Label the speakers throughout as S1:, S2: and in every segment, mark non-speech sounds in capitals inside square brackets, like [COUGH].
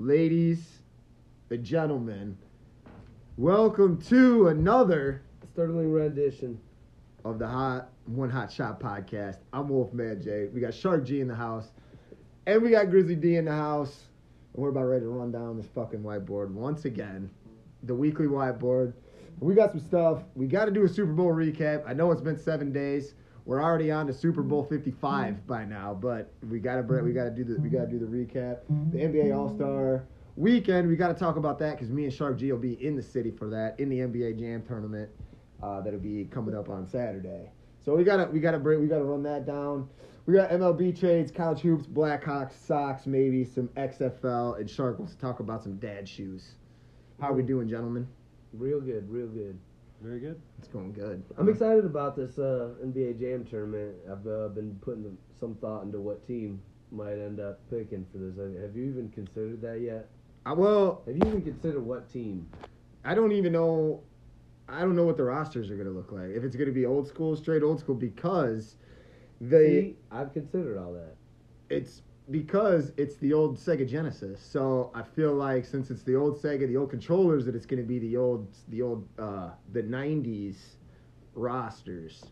S1: ladies and gentlemen, welcome to another
S2: Sterling rendition.
S1: of the Hot One Hot Shot podcast. I'm Wolfman J. We got Shark G in the house, and we got Grizzly D in the house. And we're about ready to run down this fucking whiteboard once again, the weekly whiteboard. We got some stuff. We got to do a Super Bowl recap. I know it's been seven days. We're already on to Super Bowl 55 by now, but we gotta bre- we gotta do the we gotta do the recap. The NBA All Star Weekend. We gotta talk about that because me and Shark G will be in the city for that in the NBA Jam tournament uh, that'll be coming up on Saturday. So we gotta we gotta break we gotta run that down. We got MLB trades, college hoops, Blackhawks, Sox, maybe some XFL, and Shark wants to talk about some dad shoes. How are we doing, gentlemen?
S2: Real good, real good.
S3: Very good.
S1: It's going good.
S2: I'm excited about this uh, NBA Jam tournament. I've uh, been putting some thought into what team might end up picking for this. Have you even considered that yet?
S1: I, Uh, well,
S2: Have you even considered what team?
S1: I don't even know. I don't know what the rosters are gonna look like. If it's gonna be old school, straight old school, because they
S2: See, I've considered all that.
S1: it's because it's the old Sega Genesis. So I feel like since it's the old Sega, the old controllers, that it's going to be the old, the old, uh, the '90s rosters.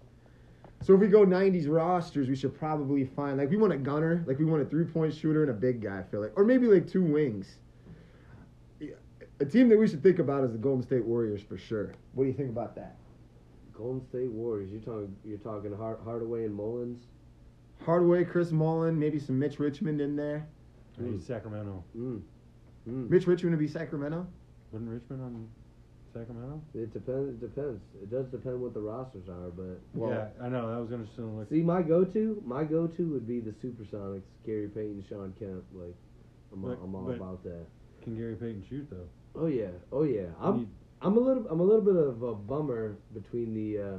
S1: So if we go '90s rosters, we should probably find like we want a gunner, like we want a three-point shooter and a big guy. I feel like, or maybe like two wings. A team that we should think about is the Golden State Warriors for sure. What do you think about that?
S2: Golden State Warriors. You're talking. You're talking Hard- Hardaway and Mullins.
S1: Hardaway, Chris Mullen, maybe some Mitch Richmond in there.
S3: I need Sacramento.
S2: Mm. Mm.
S1: Mitch Richmond would be Sacramento.
S3: Wasn't Richmond on Sacramento?
S2: It depends. It depends. It does depend what the rosters are, but
S1: Well-
S3: yeah, I know. That was uh, interesting. to Look.
S2: see, my go-to, my go-to would be the Supersonics, Gary Payton, Sean Kemp. Like, I'm, all-
S3: But-
S2: I'm all
S3: but-
S2: about that.
S3: Can Gary Payton shoot though?
S2: Oh yeah, oh yeah. I'm,
S3: You-
S2: I'm a little, I'm a little bit of a bummer between the, uh,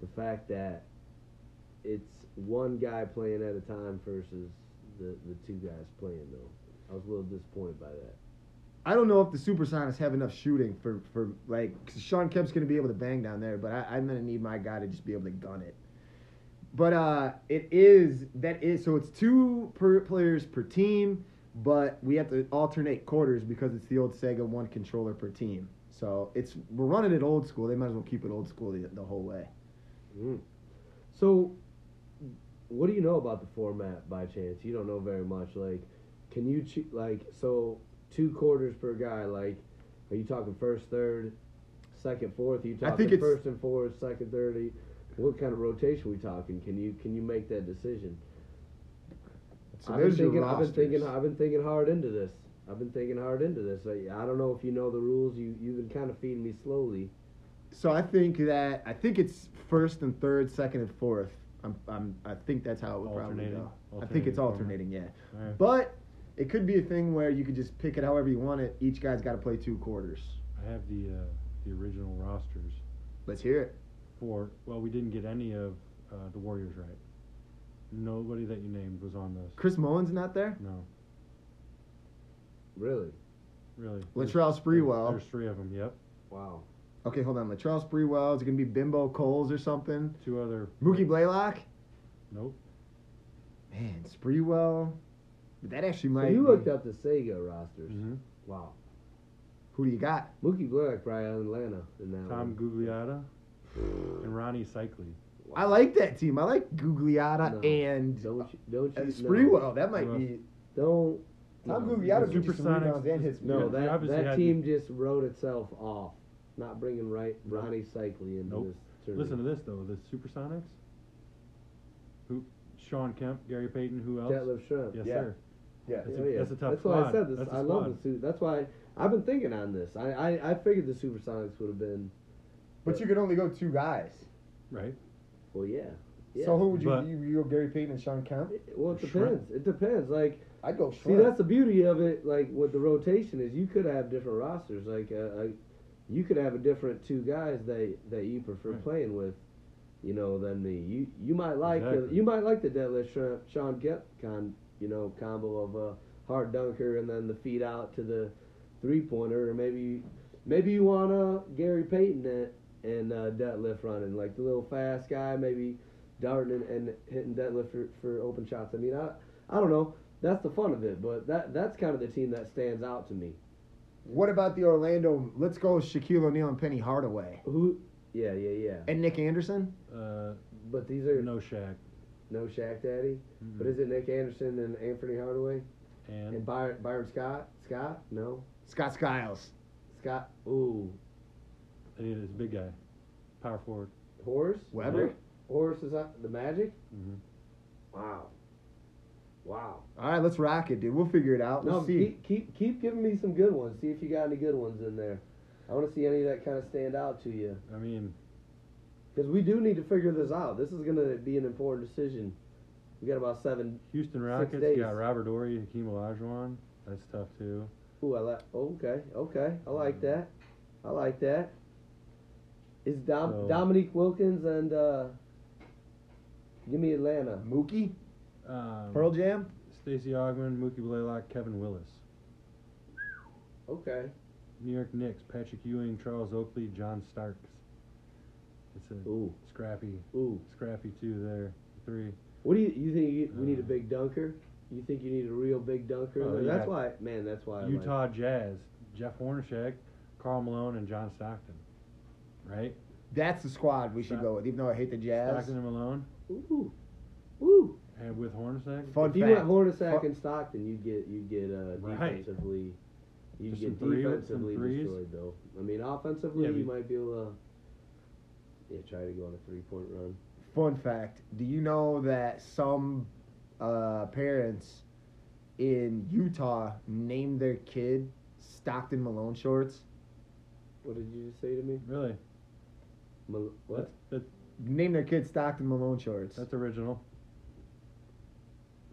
S2: the fact that it's one guy playing at a time versus the the two guys playing though. I was a little disappointed by that.
S1: I don't know if the Supersonics have enough shooting for, for like 'cause Sean Kemp's gonna be able to bang down there, but I, I'm gonna need my guy to just be able to gun it. But uh, it is that is so it's two per players per team, but we have to alternate quarters because it's the old Sega one controller per team. So it's we're running it old school. They might as well keep it old school the, the whole way.
S2: Mm. So, what do you know about the format by chance? You don't know very much. Like, can you choo- like so two quarters per guy? Like, are you talking first, third, second, fourth? Are you
S1: I
S2: talking
S1: think it's-
S2: first and fourth, second, third? Are you- What kind of rotation we talking? Can you can you make that decision?
S1: So
S2: I've, been
S1: there's your
S2: thinking, I've been thinking.
S1: rosters.
S2: I've been thinking hard into this. I've been thinking hard into this. I, I don't know if you know the rules. You you've been kind of feeding me slowly.
S1: So I think that I think it's first and third, second and fourth. I'm, I'm I think that's how it would probably
S3: Alternating-
S1: go. I think it's
S3: alternating
S1: alternating, yeah.
S3: Alright.
S1: But it could be a thing where you could just pick it however you want it. Each guy's got to play two quarters.
S3: I have the uh, the original rosters
S1: Let's hear it.
S3: for. Well, we didn't get any of uh, the Warriors right. Nobody that you named was on this.
S1: Chris Mullins not there.
S3: No,
S2: Really?
S3: really.
S1: Latrell Sprewell.
S3: There's three of them. Yep.
S2: Wow.
S1: Okay, hold on. Latrell Sprewell is it gonna be Bimbo Coles or something.
S3: Two other. [LAUGHS]
S1: Mookie Blaylock.
S3: Nope.
S1: Man, Sprewell. But that actually
S2: So
S1: might.
S2: you
S1: be-
S2: looked up the Sega rosters.
S1: Mm-hmm.
S3: hmm
S2: Wow.
S1: Who do you got?
S2: Mookie Black probably out of Atlanta in that
S3: Tom Gugliotta and Ronnie Cycli.
S1: I like that team. I like Gugliotta
S2: No.
S1: and,
S2: Don't you, don't you
S1: and
S2: no.
S1: Sprewell. That might
S3: Well,
S1: be.
S2: Don't.
S1: Tom
S2: no.
S1: Gugliotta could get some
S3: Supersonics.
S1: rebounds and hits.
S2: No,
S3: Yeah, they
S2: that,
S3: obviously
S2: that
S3: had
S2: team just wrote itself off. Not bringing right
S3: Nope.
S2: Ronnie Cycli into
S3: Nope.
S2: this tournament.
S3: Listen to this though. The Supersonics. Who? Sean Kemp, Gary Payton. Who else?
S2: Detlef Shrimp.
S3: Yes,
S1: Yeah.
S3: sir.
S1: Yeah.
S3: That's
S2: Oh,
S3: a,
S2: yeah.
S3: that's a tough
S2: That's why I
S3: squad.
S2: said this.
S3: That's a
S2: I love
S3: squad.
S2: the suit. That's why I've been thinking on this. I, I, I figured the Supersonics would have been.
S1: But you could only go two guys.
S3: Right.
S2: Well, yeah. yeah.
S1: So who would you?
S3: But-
S1: you, you go Gary Payton and Sean Kemp.
S2: Well, it
S3: Shrimp.
S2: depends. It depends. Like,
S1: I'd go.
S2: See,
S1: Shrimp.
S2: that's the beauty of it. Like with the rotation is, you could have different rosters. Like, uh, uh, you could have a different two guys that that you prefer
S3: Right.
S2: playing with. You know, than me. You you might like the,
S3: Exactly.
S2: you might like the deadlift shrimp, Sean Kemp con you know combo of a hard dunker and then the feed out to the three pointer, or maybe maybe you want uh, Gary Payton and and uh, deadlift running like the little fast guy, maybe darting and, and hitting deadlift for, for open shots. I mean, I I don't know. that's the fun of it. But that that's kind of the team that stands out to me.
S1: What about the Orlando? Let's go Shaquille O'Neal and Penny Hardaway
S2: Who? Yeah, yeah, yeah.
S1: and Nick Anderson.
S3: Uh,
S2: But these are no,
S3: no Shaq.
S2: Shaq Daddy.
S3: Mm-mm.
S1: Mm.
S2: But is it Nick Anderson and Anthony Hardaway and
S3: And
S2: Byron, Byron Scott? Scott? No.
S1: Scott Skiles.
S2: Scott. Ooh.
S3: they need this big guy, power forward.
S2: Horace.
S1: Weber? Mm-hmm.
S2: Horace is that the Magic.
S3: Mhm.
S2: Wow. Wow.
S1: All right, let's rock it, dude. We'll figure it out. Let's
S2: No,
S1: see.
S2: keep, keep keep giving me some good ones. See if you got any good ones in there. I want to see any that kind of stand out to you
S3: I mean,
S2: because we do need to figure this out. This is gonna be an important decision. We got about seven.
S3: Houston Rockets
S2: days.
S3: got Robert Ory, Hakeem Olajuwon. That's tough too.
S2: Ooh, I like. Okay, okay, I
S3: Mm.
S2: like that. I like that. Is Dom,
S3: So-
S2: Dominique Wilkins and uh, give me Atlanta?
S1: Mookie,
S3: Um,
S1: Pearl Jam.
S3: Stacey Ogman, Mookie Blaylock, Kevin Willis.
S2: Okay.
S3: New York Knicks, Patrick Ewing, Charles Oakley, John Starks. It's a
S2: Ooh,
S3: scrappy,
S2: ooe.
S3: scrappy two there. Three.
S2: What do you you think? You, we need a big dunker. You think you need a real big dunker?
S3: Uh. Oh, you
S2: that's
S3: got-
S2: why, man. That's why I like-
S3: Utah Jazz, Jeff Hornacek, Carl Malone, and John Stockton. Right?
S1: That's the squad we should
S3: Stock-
S1: go with, even though I hate the Jazz.
S3: Stockton and Malone,
S2: Ooh, ooh.
S3: and with Hornacek.
S1: Fun
S2: If you
S1: fact.
S2: went Hornacek
S1: Fu-
S2: and Stockton, you'd get you'd get uh,
S3: Right.
S2: defensively you'd
S3: Just
S2: get
S3: some three- some
S2: defensively
S3: threes.
S2: destroyed though. I mean, offensively,
S3: Yeah,
S2: you
S3: but-
S2: might be able to yeah try to go on a three point run.
S1: Fun fact: Do you know that some uh, parents in Utah named their kid Stockton Malone shorts?
S2: What did you just say to me?
S3: Really?
S2: Mal- what?
S3: That's, that,
S1: Name their kid Stockton Malone shorts.
S3: that's original.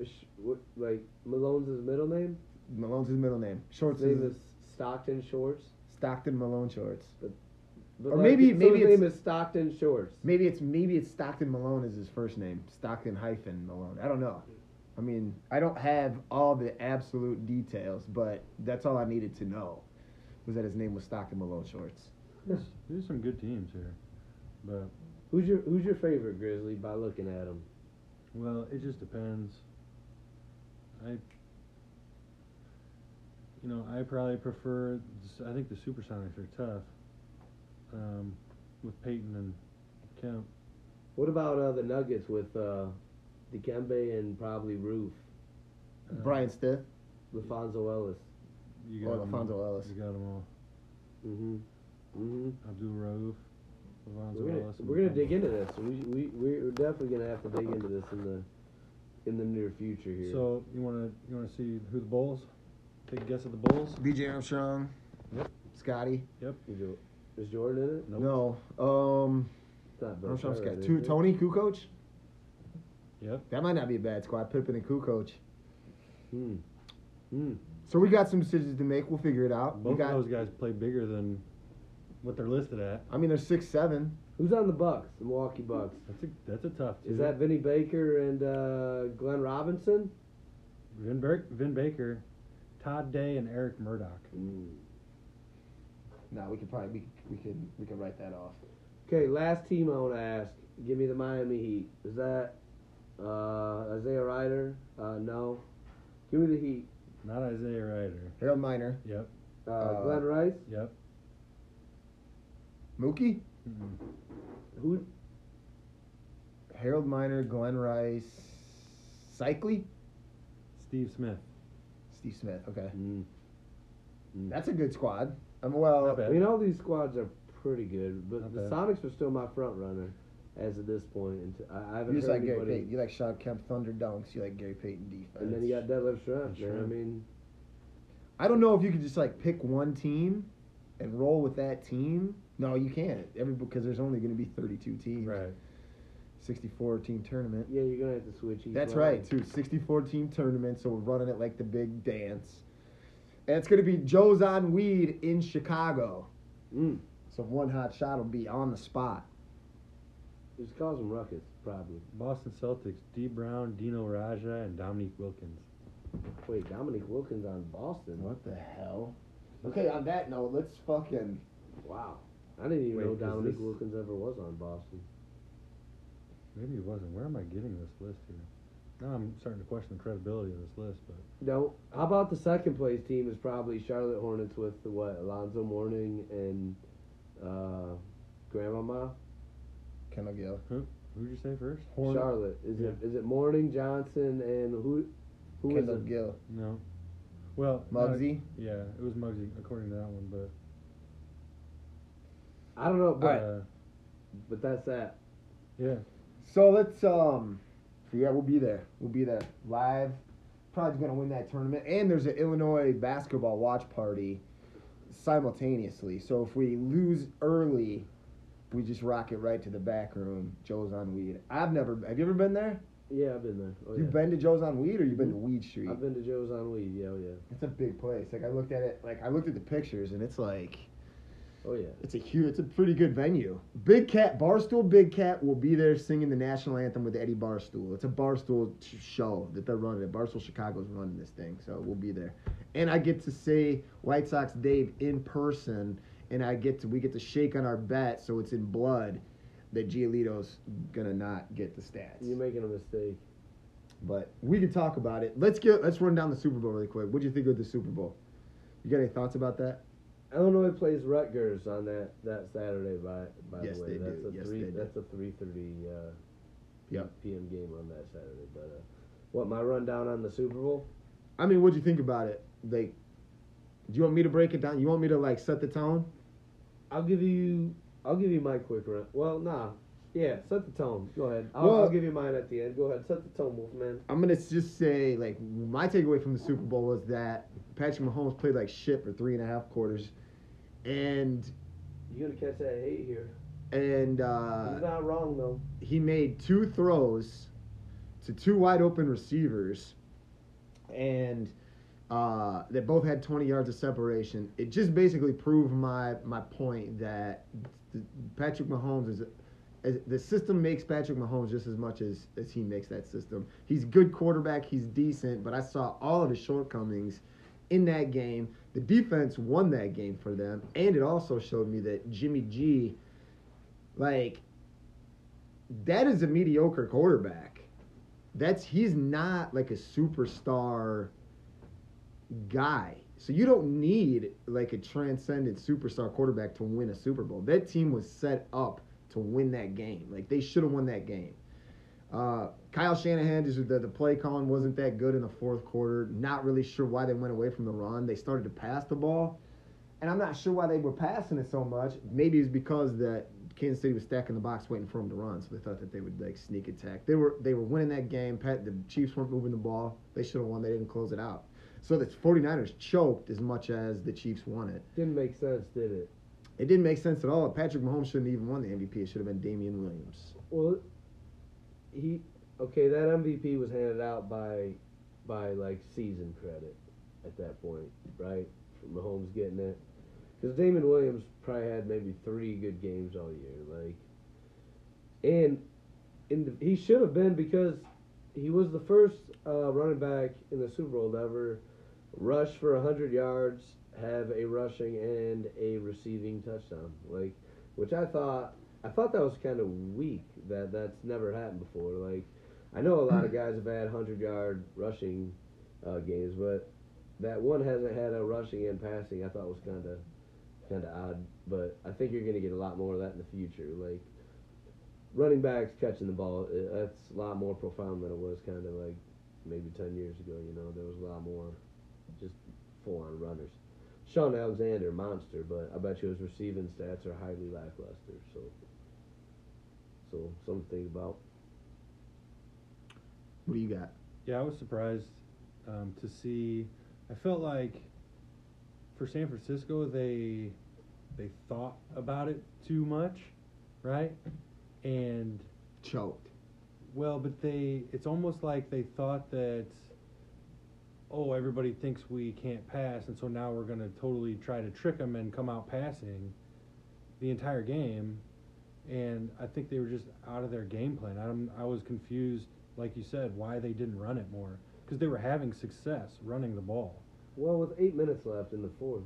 S2: Sh- what? Like Malone's his middle name.
S1: Malone's his middle name. Shorts
S2: His name
S1: is
S2: is Stockton Shorts.
S1: Stockton Malone shorts.
S2: But
S1: Or maybe-
S2: so
S1: maybe
S2: his
S1: it's-
S2: name is Stockton Shorts.
S1: Maybe it's maybe it's Stockton Malone is his first name. Stockton hyphen Malone. I don't know. I mean, I don't have all the absolute details, but that's all I needed to know was that his name was Stockton Malone shorts.
S3: There's, there's some good teams here. But,
S2: Who's your Who's your favorite Grizzly by looking at him?
S3: well, it just depends. I, you know, I probably prefer, I think the Supersonics are tough. Um, with Peyton and Kemp.
S2: What about uh, the Nuggets with uh, Dikembe and probably Roof,
S3: Uh,
S1: Brian Stiff.
S2: LaFonso Ellis?
S3: You
S1: Or
S3: got 'em-
S1: Alfonso Ellis.
S3: You got them all.
S2: Mm-hmm. Mm-hmm.
S3: Abdul Rauf, Alfonso
S2: We're gonna,
S3: Ellis. and
S2: we're gonna
S3: Kemba.
S2: dig into this. We we we're definitely gonna have to dig into this in the in the near future here.
S3: So you wanna you wanna see who the Bulls? Take a guess at the Bulls.
S1: BJ Armstrong.
S3: Yep.
S1: Scotty.
S2: Is Jo- is Jordan in it?
S1: No. Um
S2: It's not Bill
S1: Armstrong's
S2: Cartwright,
S1: got
S2: is
S1: two
S2: it?
S1: Tony Kukoc?
S3: Yep.
S1: That might not be a bad squad, Pippen and Kukoc.
S2: Hmm. Hmm.
S1: So we got some decisions to make. We'll figure it out. we
S3: Both
S1: got
S3: of those guys play bigger than what they're listed at.
S1: I mean they're six seven.
S2: Who's on the Bucks? The Milwaukee Bucks.
S3: That's a that's a tough.
S2: Is
S3: two.
S2: that Vinny Baker and uh, Glenn Robinson?
S3: Vin, Ber- Vin Baker, Todd Day, and Eric Murdoch?
S1: Mm. No, we could probably we, we can we can write that off.
S2: Okay, last team I want to ask. Give me the Miami Heat. Is that uh, Isaiah Ryder? Uh, no. Give me the Heat.
S3: Not Isaiah Ryder.
S1: Harold Miner.
S3: Yep.
S2: Uh,
S1: Uh,
S2: Glenn Rice.
S3: Yep.
S1: Mookie?
S3: Mm-mm.
S2: Who?
S1: Harold Miner, Glenn Rice, Cycly,
S3: Steve Smith.
S1: Steve Smith. Okay,
S2: Mm. Mm.
S1: that's a good squad. Um,
S3: Not
S1: well,
S3: bad.
S2: I mean, all these squads are pretty good, but
S3: Not
S2: the
S3: bad.
S2: Sonics are still my front runner as of this point. And t- I, I haven't
S1: you just
S2: heard
S1: like Gary
S2: anybody.
S1: Payton. You like Sean Kemp Thunder Dunks. You like Gary Payton defense.
S2: and then you got Deadlift Shrimp,
S3: That's
S2: man. I
S3: right.
S2: mean,
S1: I don't know if you could just like pick one team and roll with that team. No, you can't. Every because there's only going to be 32 teams.
S3: Right.
S1: 64 team tournament.
S2: yeah, you're gonna have to switch. Each
S1: That's
S2: line.
S1: right, too. 64 team tournament, so we're running it like the big dance. And it's going to be Joe's on Weed in Chicago.
S2: Mm.
S1: So one hot shot will be on the spot.
S2: Just cause them ruckus, probably.
S3: Boston Celtics, D Brown, Dino Raja, and Dominique Wilkins.
S2: Wait, Dominic Wilkins on Boston.
S1: What the hell? Okay, on that note, let's fucking.
S2: Wow. I didn't even
S3: Wait,
S2: know
S3: is
S2: Dominic
S3: this-
S2: Wilkins ever was on Boston.
S3: Maybe it wasn't. Where am I getting this list here? Now I'm starting to question the credibility of this list, but
S2: No. How about the second place team is probably Charlotte Hornets with what Alonzo Mourning and uh, Grandmama
S1: Kendall Gill.
S3: who'd you say first?
S2: Charlotte. Is it is it Mourning Johnson and who who is
S1: Kendall
S2: it?
S1: Gill.
S3: No. Well, not-
S1: Muggsy.
S3: yeah, it was Muggsy according to that one, but
S2: I don't know, but
S3: uh,
S2: but that's that.
S3: yeah,
S1: So let's um so yeah, we'll be there. We'll be there live. Probably gonna win that tournament. And there's an Illinois basketball watch party simultaneously. So if we lose early, we just rock it right to the back room. Joe's on weed. I've never have you ever been there?
S2: Yeah, I've been there. Oh, yeah.
S1: You've been to Joe's on weed or you've Mm-hmm. been to Weed Street?
S2: I've been to Joe's on weed. Yeah, oh yeah,
S1: It's a big place. Like I looked at it like I looked at the pictures and it's like
S2: oh yeah.
S1: it's a huge it's a pretty good venue. Big Cat Barstool Big Cat will be there singing the national anthem with Eddie Barstool. It's a Barstool t- show that they're running. Barstool Chicago's running this thing, so we'll be there. And I get to see White Sox Dave in person and I get to we get to shake on our bet so it's in blood that Giolito's gonna not get the stats.
S2: You're making a mistake.
S1: But we can talk about it. Let's get let's run down the Super Bowl really quick. What do you think of the Super Bowl? You got any thoughts about that?
S2: Illinois plays Rutgers on that, that Saturday. By by
S1: Yes,
S2: the way,
S1: they
S2: that's
S1: do.
S2: a
S1: Yes,
S2: three.
S1: they do.
S2: That's a three thirty uh, p-
S1: Yep.
S2: p.m. game on that Saturday. But uh, what my rundown on the Super Bowl?
S1: I mean, what'd you think about it? Like, do you want me to break it down? You want me to like set the tone?
S2: I'll give you. I'll give you my quick run. Well, nah. Yeah, set the tone. Go ahead. I'll,
S1: Well-
S2: I'll give you mine at the end. Go ahead. Set the tone, Wolfman.
S1: I'm gonna just say like my takeaway from the Super Bowl was that Patrick Mahomes played like shit for three and a half quarters, and
S2: You're gonna catch that hate here.
S1: and
S2: He's
S1: uh,
S2: not wrong though.
S1: he made two throws to two wide open receivers, and uh, they both had 20 yards of separation. It just basically proved my my point that th- Patrick Mahomes is. is- The system makes Patrick Mahomes just as much as, as he makes that system. He's a good quarterback. He's decent, but I saw all of his shortcomings in that game. The defense won that game for them, and it also showed me that Jimmy G, like, that is a mediocre quarterback. That's he's not like a superstar guy. So you don't need like a transcendent superstar quarterback to win a Super Bowl. That team was set up to win that game. Like they should have won that game. Uh, Kyle Shanahan just the, the play calling wasn't that good in the fourth quarter. Not really sure why they went away from the run. They started to pass the ball, and I'm not sure why they were passing it so much. Maybe it's because that Kansas City was stacking the box waiting for them to run, so they thought that they would like sneak attack. They were they were winning that game. Pat, the Chiefs weren't moving the ball. They should have won. They didn't close it out. So the 49ers choked as much as the Chiefs won it.
S2: Didn't make sense, did it?
S1: It didn't make sense at all. Patrick Mahomes shouldn't even won the MVP. It should have been Damian Williams.
S2: Well, he okay. That MVP was handed out by by like season credit at that point, right? Mahomes getting it because Damon Williams probably had maybe three good games all year, like, and in the, he should have been because he was the first uh, running back in the Super Bowl to ever rush for hundred yards, have a rushing and a receiving touchdown, like, which I thought I thought that was kind of weak. That that's never happened before. Like, I know a lot of guys have had hundred yard rushing uh, games, but that one hasn't had a rushing and passing. I thought was kind of kind of odd. But I think you're gonna get a lot more of that in the future. Like, running backs catching the ball. uh, That's a lot more profound than it was kind of like maybe ten years ago. You know, there was a lot more just full on runners. Sean Alexander, monster, but I bet you his receiving stats are highly lackluster. So, so something to think about.
S1: What do you got?
S3: yeah, I was surprised um, to see. I felt like for San Francisco, they they thought about it too much, right? And
S1: Choked.
S3: Well, but they it's almost like they thought that oh, everybody thinks we can't pass and so now we're going to totally try to trick them and come out passing the entire game and I think they were just out of their game plan. I'm I was confused like you said why they didn't run it more because they were having success running the ball.
S2: Well, with eight minutes left in the fourth,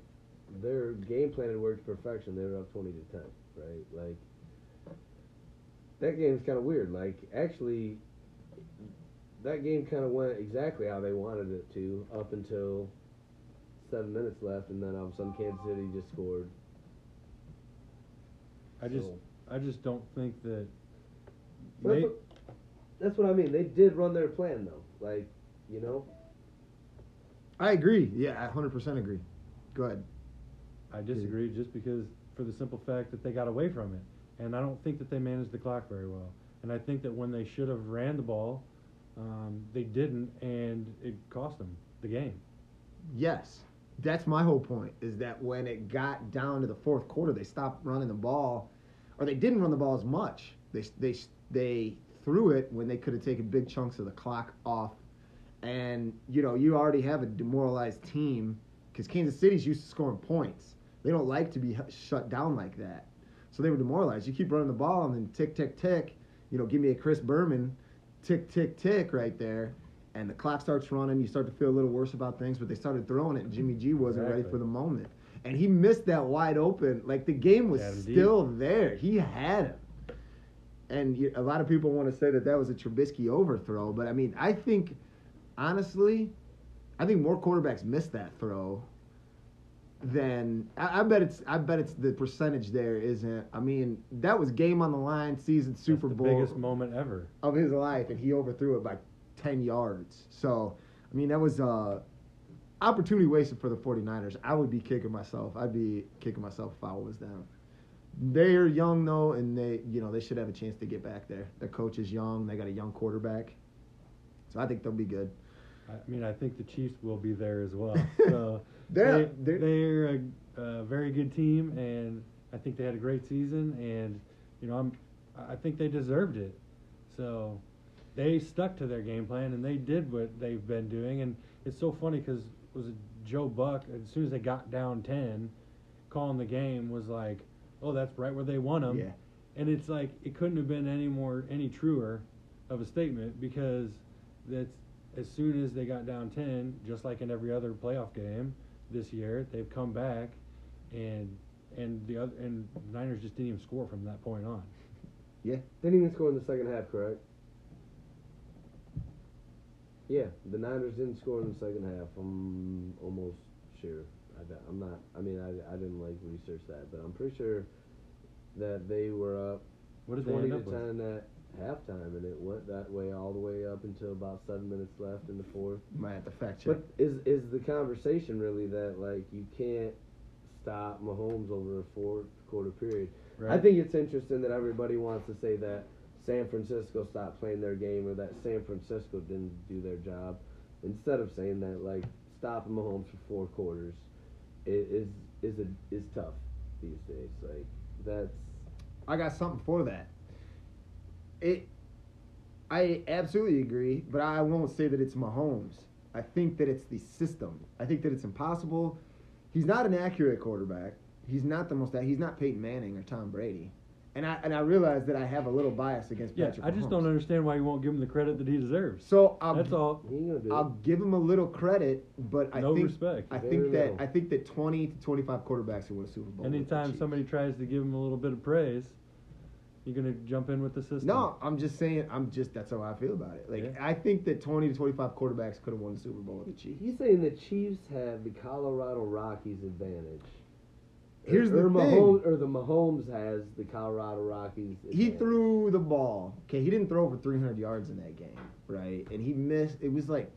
S2: their game plan had worked to perfection. They were up twenty to ten, right? Like that game's kind of weird. Like actually, that game kind of went exactly how they wanted it to up until seven minutes left, and then all of a sudden Kansas City just scored.
S3: I just
S2: So-
S3: I just don't think that.
S2: But
S3: They,
S2: that's, what, that's what I mean. They did run their plan though. Like you know,
S1: I agree. Yeah, I hundred percent agree. Go ahead.
S3: I disagree just because for the simple fact that they got away from it, and I don't think that they managed the clock very well. And I think that when they should have ran the ball, um, they didn't, and it cost them the game.
S1: Yes. That's my whole point is that when it got down to the fourth quarter, they stopped running the ball, or they didn't run the ball as much. They they they threw it when they could have taken big chunks of the clock off, and you know you already have a demoralized team because Kansas City's used to scoring points. They don't like to be hu- shut down like that, so they were demoralized. You keep running the ball and then tick tick tick, you know, give me a Chris Berman, tick tick tick right there and the clock starts running. You start to feel a little worse about things, but they started throwing it. and Jimmy G wasn't ready
S3: Exactly.
S1: for the moment, and he missed that wide open. Like the game was
S3: Had him deep.
S1: still there. He had him, and you, a lot of people want to say that that was a Trubisky overthrow, but I mean, I think honestly, I think more quarterbacks miss that throw than I, I bet it's. I bet it's the percentage there isn't. I mean, that was game on the line, season Super
S3: That's the
S1: Bowl
S3: biggest moment ever.
S1: of his life, and he overthrew it by 10 yards. So, I mean, that was uh, opportunity wasted for the 49ers. I would be kicking myself. I'd be kicking myself if I was them. They're young though, and they, you know, they should have a chance to get back there. Their coach is young. They got a young quarterback, so I think they'll be good.
S3: I mean, I think the Chiefs will be there as
S1: [LAUGHS]
S3: well. So
S1: They're-
S3: they,
S1: they're-
S3: they're a, a very good team, and I think they had a great season. And you know, I'm I think they deserved it. So they stuck to their game plan and they did what they've been doing. And it's so funny because was it Joe Buck? As soon as they got down ten, calling the game was like, "Oh, that's right where they won them."
S1: Yeah.
S3: And it's like it couldn't have been any more any truer of a statement because that's as soon as they got down ten, just like in every other playoff game this year, they've come back and and the other and the Niners just didn't even score from that point on.
S2: they didn't even score in the second half, correct? Yeah, the Niners didn't score in the second half. I'm almost sure. I bet. I'm not. I mean, I, I didn't like research that, but I'm pretty sure that they were up
S3: What did they
S2: twenty
S3: end
S2: to
S3: up with?
S2: ten at halftime, and it went that way all the way up until about seven minutes left in the fourth.
S1: Might have to fact check.
S2: But is is the conversation really that like you can't stop Mahomes over a fourth quarter period? I
S3: Right.
S2: think it's interesting that everybody wants to say that San Francisco stopped playing their game or that San Francisco didn't do their job. Instead of saying that like stopping Mahomes for four quarters i- is is a, is tough these days. Like that's
S1: I got something for that. It, I absolutely agree, but I won't say that it's Mahomes. I think that it's the system. I think that it's impossible. He's not an accurate quarterback. He's not the most. He's not Peyton Manning or Tom Brady. And I and I realize that I have a little bias against
S3: Yeah,
S1: Patrick.
S3: I just
S1: Mahomes.
S3: don't understand why you won't give him the credit that he deserves.
S1: So I'll,
S3: That's all.
S2: he ain't gonna do
S1: I'll
S2: it.
S1: give him a little credit, but I
S3: No
S1: think
S3: respect.
S1: I
S2: Very
S1: think that
S2: little.
S1: I think that twenty to twenty five quarterbacks who win a Super Bowl. with the
S3: Anytime
S1: Chiefs.
S3: somebody tries to give him a little bit of praise, you're gonna jump in with the system.
S1: No, I'm just saying. I'm just that's how I feel about it. Like
S3: Yeah.
S1: I think that 20 to 25 quarterbacks could have won the Super Bowl with the Chiefs.
S2: He's saying the Chiefs have the Colorado Rockies advantage.
S1: Here's the
S2: or
S1: thing.
S2: Mahomes, or the Mahomes has the Colorado Rockies.
S1: He
S2: advantage.
S1: threw the ball. Okay, he didn't throw over 300 yards in that game, right? And he missed. It was like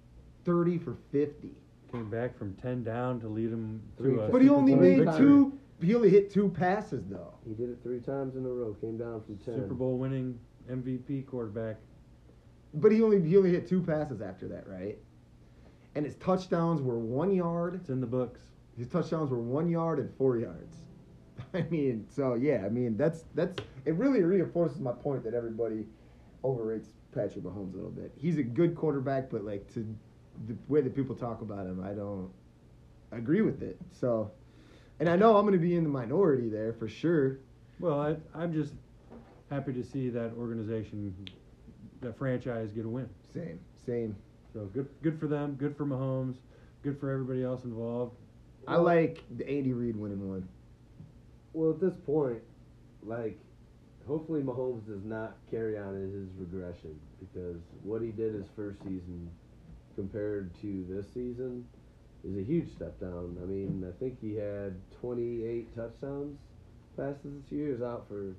S1: 30 for 50.
S3: Came back from ten down to lead him
S2: Three
S3: through. A
S2: That's
S1: But he
S2: the
S1: only
S2: point.
S1: made
S3: Bowl victory.
S1: two. He only hit two passes though.
S2: He did it three times in a row. Came down from ten.
S3: Super Bowl winning MVP quarterback.
S1: But he only he only hit two passes after that, right? And his touchdowns were one yard.
S3: It's in the books.
S1: His touchdowns were one yard and four yards. [LAUGHS] I mean, so yeah, I mean that's that's it really reinforces my point that everybody overrates Patrick Mahomes a little bit. He's a good quarterback, but like to the way that people talk about him, I don't agree with it. So and I know I'm gonna be in the minority there for sure.
S3: Well, I, I'm just happy to see that organization, that franchise, get a win.
S1: Same, same.
S3: So good, good for them. Good for Mahomes. Good for everybody else involved.
S1: I like the Andy Reid winning one.
S2: Well, at this point, like, hopefully Mahomes does not carry on in his regression because what he did his first season compared to this season is a huge step down. I mean, I think he had 28 touchdowns passes this year. He was out for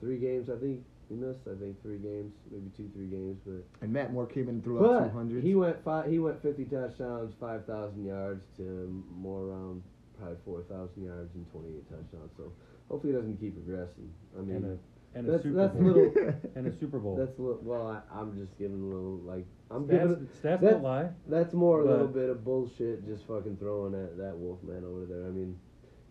S2: three games. I think he missed. I think three games, maybe two, three games, but.
S1: And Matt Moore came in and threw up
S2: But
S1: 200.
S2: he went five, he went fifty touchdowns, five thousand yards to more around probably four thousand yards and twenty eight touchdowns. So hopefully he doesn't keep regressing. I mean,
S3: and a and a
S2: that's-
S3: Super
S2: that's
S3: Bowl.
S2: little-
S3: [LAUGHS] and a Super Bowl.
S2: that's a little, well, I, I'm just giving a little like I'm
S3: Stats,
S2: giving that-
S3: stats don't lie.
S2: that's more a
S3: but-
S2: little bit of bullshit, just fucking throwing at that Wolfman over there. I mean,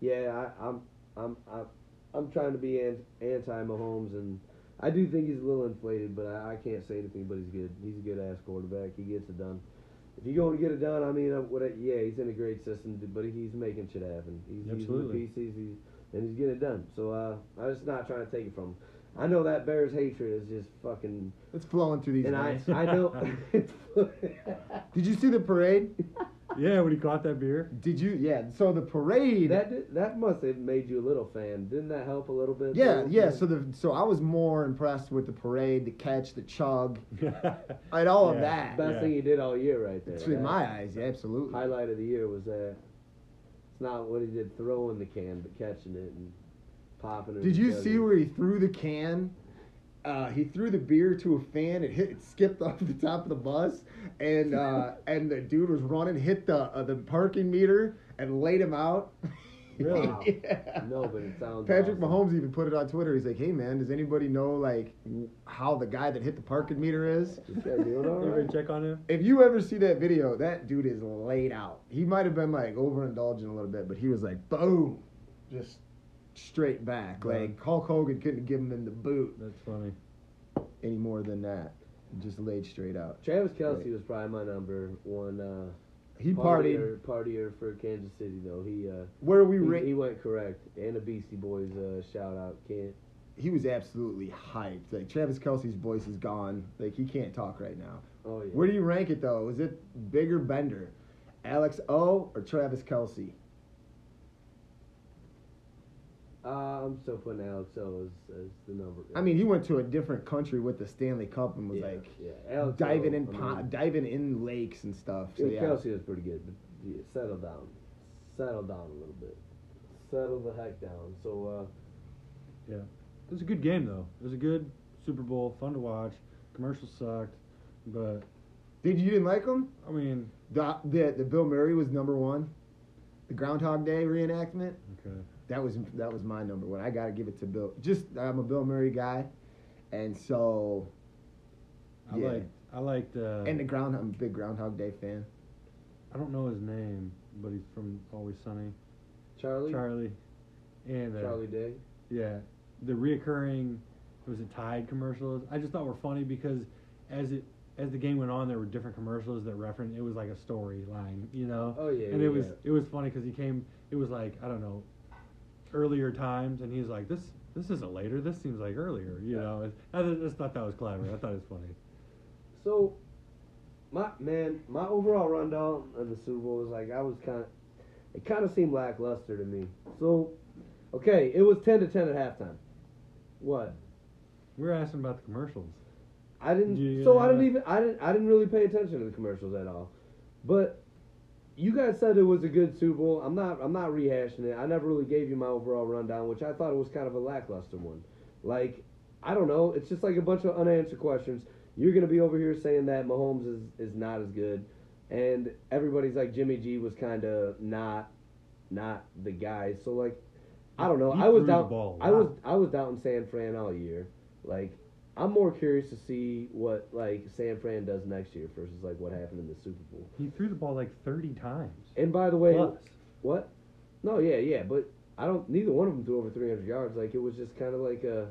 S2: yeah, I, I'm I'm I'm I'm trying to be an, anti Mahomes and. I do think he's a little inflated, but I, I can't say anything. But he's good. He's a good ass quarterback. He gets it done. If you go and get it done, I mean, uh, what? Yeah, he's in a great system, but he's making shit happen. He's
S3: Absolutely.
S2: He's in the pieces, he's, and he's getting it done. So uh, I'm just not trying to take it from him. I know that Bears hatred is just fucking,
S1: [LAUGHS] it's flowing through these
S2: and I
S1: veins.
S2: I know.
S3: [LAUGHS]
S2: [LAUGHS]
S1: Did you see the parade?
S3: Yeah, when he caught that [LAUGHS] beer.
S1: Did you? Yeah. So the parade.
S2: that did- that must have made you a little fan. Didn't that help a little bit?
S1: yeah,
S2: though?
S1: yeah. So the so I was more impressed with the parade, the catch, the chug,
S3: yeah,
S1: and all
S3: Yeah.
S1: of that.
S2: best
S3: Yeah.
S2: thing you did all year, right there.
S1: It's in
S2: That-
S1: my eyes, yeah, absolutely.
S2: highlight of the year was that it's not what he did throwing the can, but catching it and popping it.
S1: Did you
S2: together.
S1: see where he threw the can? Uh, he threw the beer to a fan. It hit, it skipped [LAUGHS] off the top of the bus, and uh,
S2: [LAUGHS]
S1: and the dude was running, hit the uh, the parking meter, and laid him out. [LAUGHS]
S2: Really?
S1: yeah.
S2: No, but it sounds
S1: Patrick
S2: awesome.
S1: Mahomes even put it on Twitter. He's like, "Hey man, does anybody know like how the guy that hit the parking meter is?"
S2: This guy doing all
S3: Everybody
S2: right.
S3: check on him.
S1: If you ever see that video, that dude is laid out. He might have been like overindulging a little bit, but he was like, boom, just straight back. Like Hulk Hogan couldn't give him in the boot
S3: That's funny.
S1: any more than that. Just laid straight out.
S2: Travis Kelsey was probably my number one. Uh,
S1: He partied
S2: partier, partier for Kansas City though. He uh,
S1: where we ra-
S2: he, he went correct. And the Beastie Boys uh, shout out can't.
S1: he was absolutely hyped. Like Travis Kelsey's voice is gone. Like he can't talk right now.
S2: Oh yeah.
S1: Where do you rank it though? Is it bigger Bender, Alex O, or Travis Kelsey?
S2: uh, I'm still putting Alex O as, as the number.
S1: I mean, he went to a different country with the Stanley Cup and was
S2: yeah,
S1: like
S2: yeah. Alex
S1: diving
S2: O,
S1: in
S2: I
S1: po-
S2: mean,
S1: diving in lakes and stuff. So
S2: Yeah,
S1: yeah,
S2: Kelsey was pretty good, but yeah, settle down, settle down a little bit, settle the heck down. So uh,
S3: It was a good game though. It was a good Super Bowl, fun to watch. Commercials sucked, but
S1: Did you didn't like him?
S3: I mean,
S1: The, the the Bill Murray was number one. The Groundhog Day reenactment
S3: okay.
S1: that was that was my number one. I gotta give it to Bill. Just I'm a Bill Murray guy, and so
S3: I
S1: Yeah.
S3: liked I liked. Uh,
S1: and the ground I'm a big Groundhog Day fan.
S3: I don't know his name, but he's from Always Sunny.
S2: uh, Charlie, Charlie,
S3: Charlie, and uh,
S2: Day,
S3: Yeah, the reoccurring was it Tide commercials. I just thought were funny because as it as the game went on, there were different commercials that referenced. It was like a storyline, you know.
S2: Oh, yeah,
S3: And
S2: yeah,
S3: it was
S2: yeah.
S3: it was funny because he came. It was like I don't know, earlier times, and he's like this. This isn't later. This seems like earlier, you
S2: Yeah.
S3: know. And I ju- just thought that was clever. I thought it was funny.
S2: So, my man, my overall rundown of the Super Bowl was like I was kind of, it kind of seemed lackluster to me. So, okay, it was ten to ten at halftime. What?
S3: We were asking about the commercials.
S2: I didn't.
S3: Yeah.
S2: So I didn't even. I didn't. I didn't really pay attention to the commercials at all. But you guys said it was a good Super Bowl. I'm not. I'm not rehashing it. I never really gave you my overall rundown, which I thought it was kind of a lackluster one. Like I don't know. It's just like a bunch of unanswered questions. You're gonna be over here saying that Mahomes is is not as good, and everybody's like Jimmy G was kind of not not the guy. So like. I don't know.
S3: He
S2: I was
S3: threw the
S2: down.
S3: ball a
S2: I was
S3: lot.
S2: I was down in San Fran all year. Like I'm more curious to see what like San Fran does next year versus like what happened in the Super Bowl.
S3: He threw the ball like thirty times.
S2: And by the way,
S3: Plus.
S2: what? No, yeah, yeah, but I don't. Neither one of them threw over 300 yards. Like it was just kind of like a.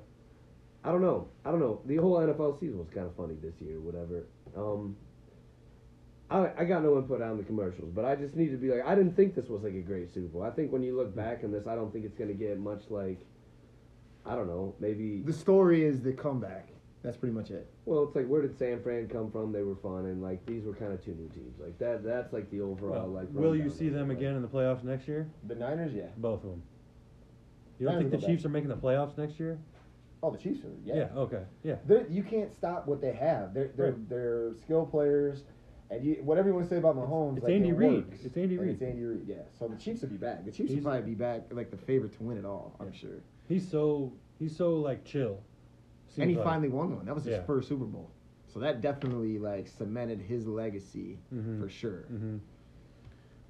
S2: I don't know. I don't know. The whole NFL season was kind of funny this year. Whatever. Um. I, I got no input on the commercials, but I just need to be like I didn't think this was like a great Super Bowl. I think when you look back on this, I don't think it's gonna get much like, I don't know, maybe
S1: The story is the comeback. That's pretty much it.
S2: Well, it's like where did San Fran come from? They were fun, and like these were kind of two new teams. Like that, that's like the overall
S3: Well,
S2: like.
S3: will you
S2: rundown
S3: see
S2: of it,
S3: them
S2: like-
S3: again in the playoffs next year?
S1: The Niners, yeah.
S3: Both of them. You don't
S1: Niners
S3: think
S1: will
S3: the
S1: go
S3: Chiefs are making the playoffs next year?
S1: Oh, the Chiefs are. Yeah.
S3: Yeah. Okay. Yeah.
S1: They're, you can't stop what they have. They're they're,
S3: Right.
S1: they're skill players, and you, whatever you want to say about Mahomes,
S3: it's
S1: like,
S3: Andy
S1: it
S3: Reid.
S1: works.
S3: It's Andy
S1: And
S3: Reid.
S1: It's Andy Reid. Yeah. So the Chiefs will be back. The Chiefs will
S3: He's-
S1: probably be back like the favorite to win it all. I'm
S3: Yeah.
S1: sure.
S3: He's so he's so like chill.
S1: and he
S3: Seems like.
S1: finally won one. That was his
S3: Yeah.
S1: first Super Bowl. So that definitely like cemented his legacy
S3: Mhm.
S1: for sure.
S3: Mhm.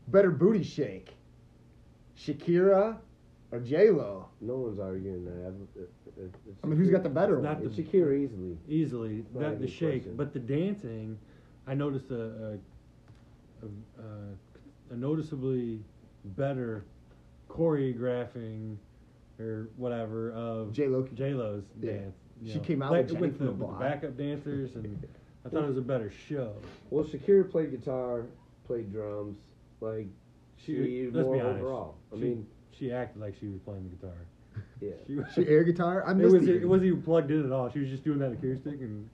S1: Better booty shake, Shakira or J Lo?
S2: No one's arguing that. I've- it- it- it's
S1: I mean, who's got the better
S3: It's
S1: one?
S3: not
S2: It's
S3: the-
S2: Shakira easily.
S3: easily
S2: Not
S3: that
S2: even
S3: the
S2: a
S3: shake,
S2: question.
S3: but the dancing. I noticed a a, a, a, a noticeably better choreographing or whatever of
S1: J-Lo.
S3: J Lo's
S1: Yeah.
S3: dance. you
S1: She
S3: know.
S1: came out
S3: Like,
S1: with Jenny
S3: with
S1: from
S3: the,
S1: the
S3: with the
S1: block.
S3: backup dancers, and I thought it was a better show.
S2: Well, Shakira played guitar, played drums. Like she,
S3: let's
S2: more
S3: be honest,
S2: overall. I
S3: she,
S2: mean,
S3: she acted like she was playing the guitar.
S2: yeah.
S3: She was,
S1: She air guitar. I
S3: it
S1: missed
S3: was
S1: the-
S3: it wasn't even plugged in at all. She was just doing that acoustic and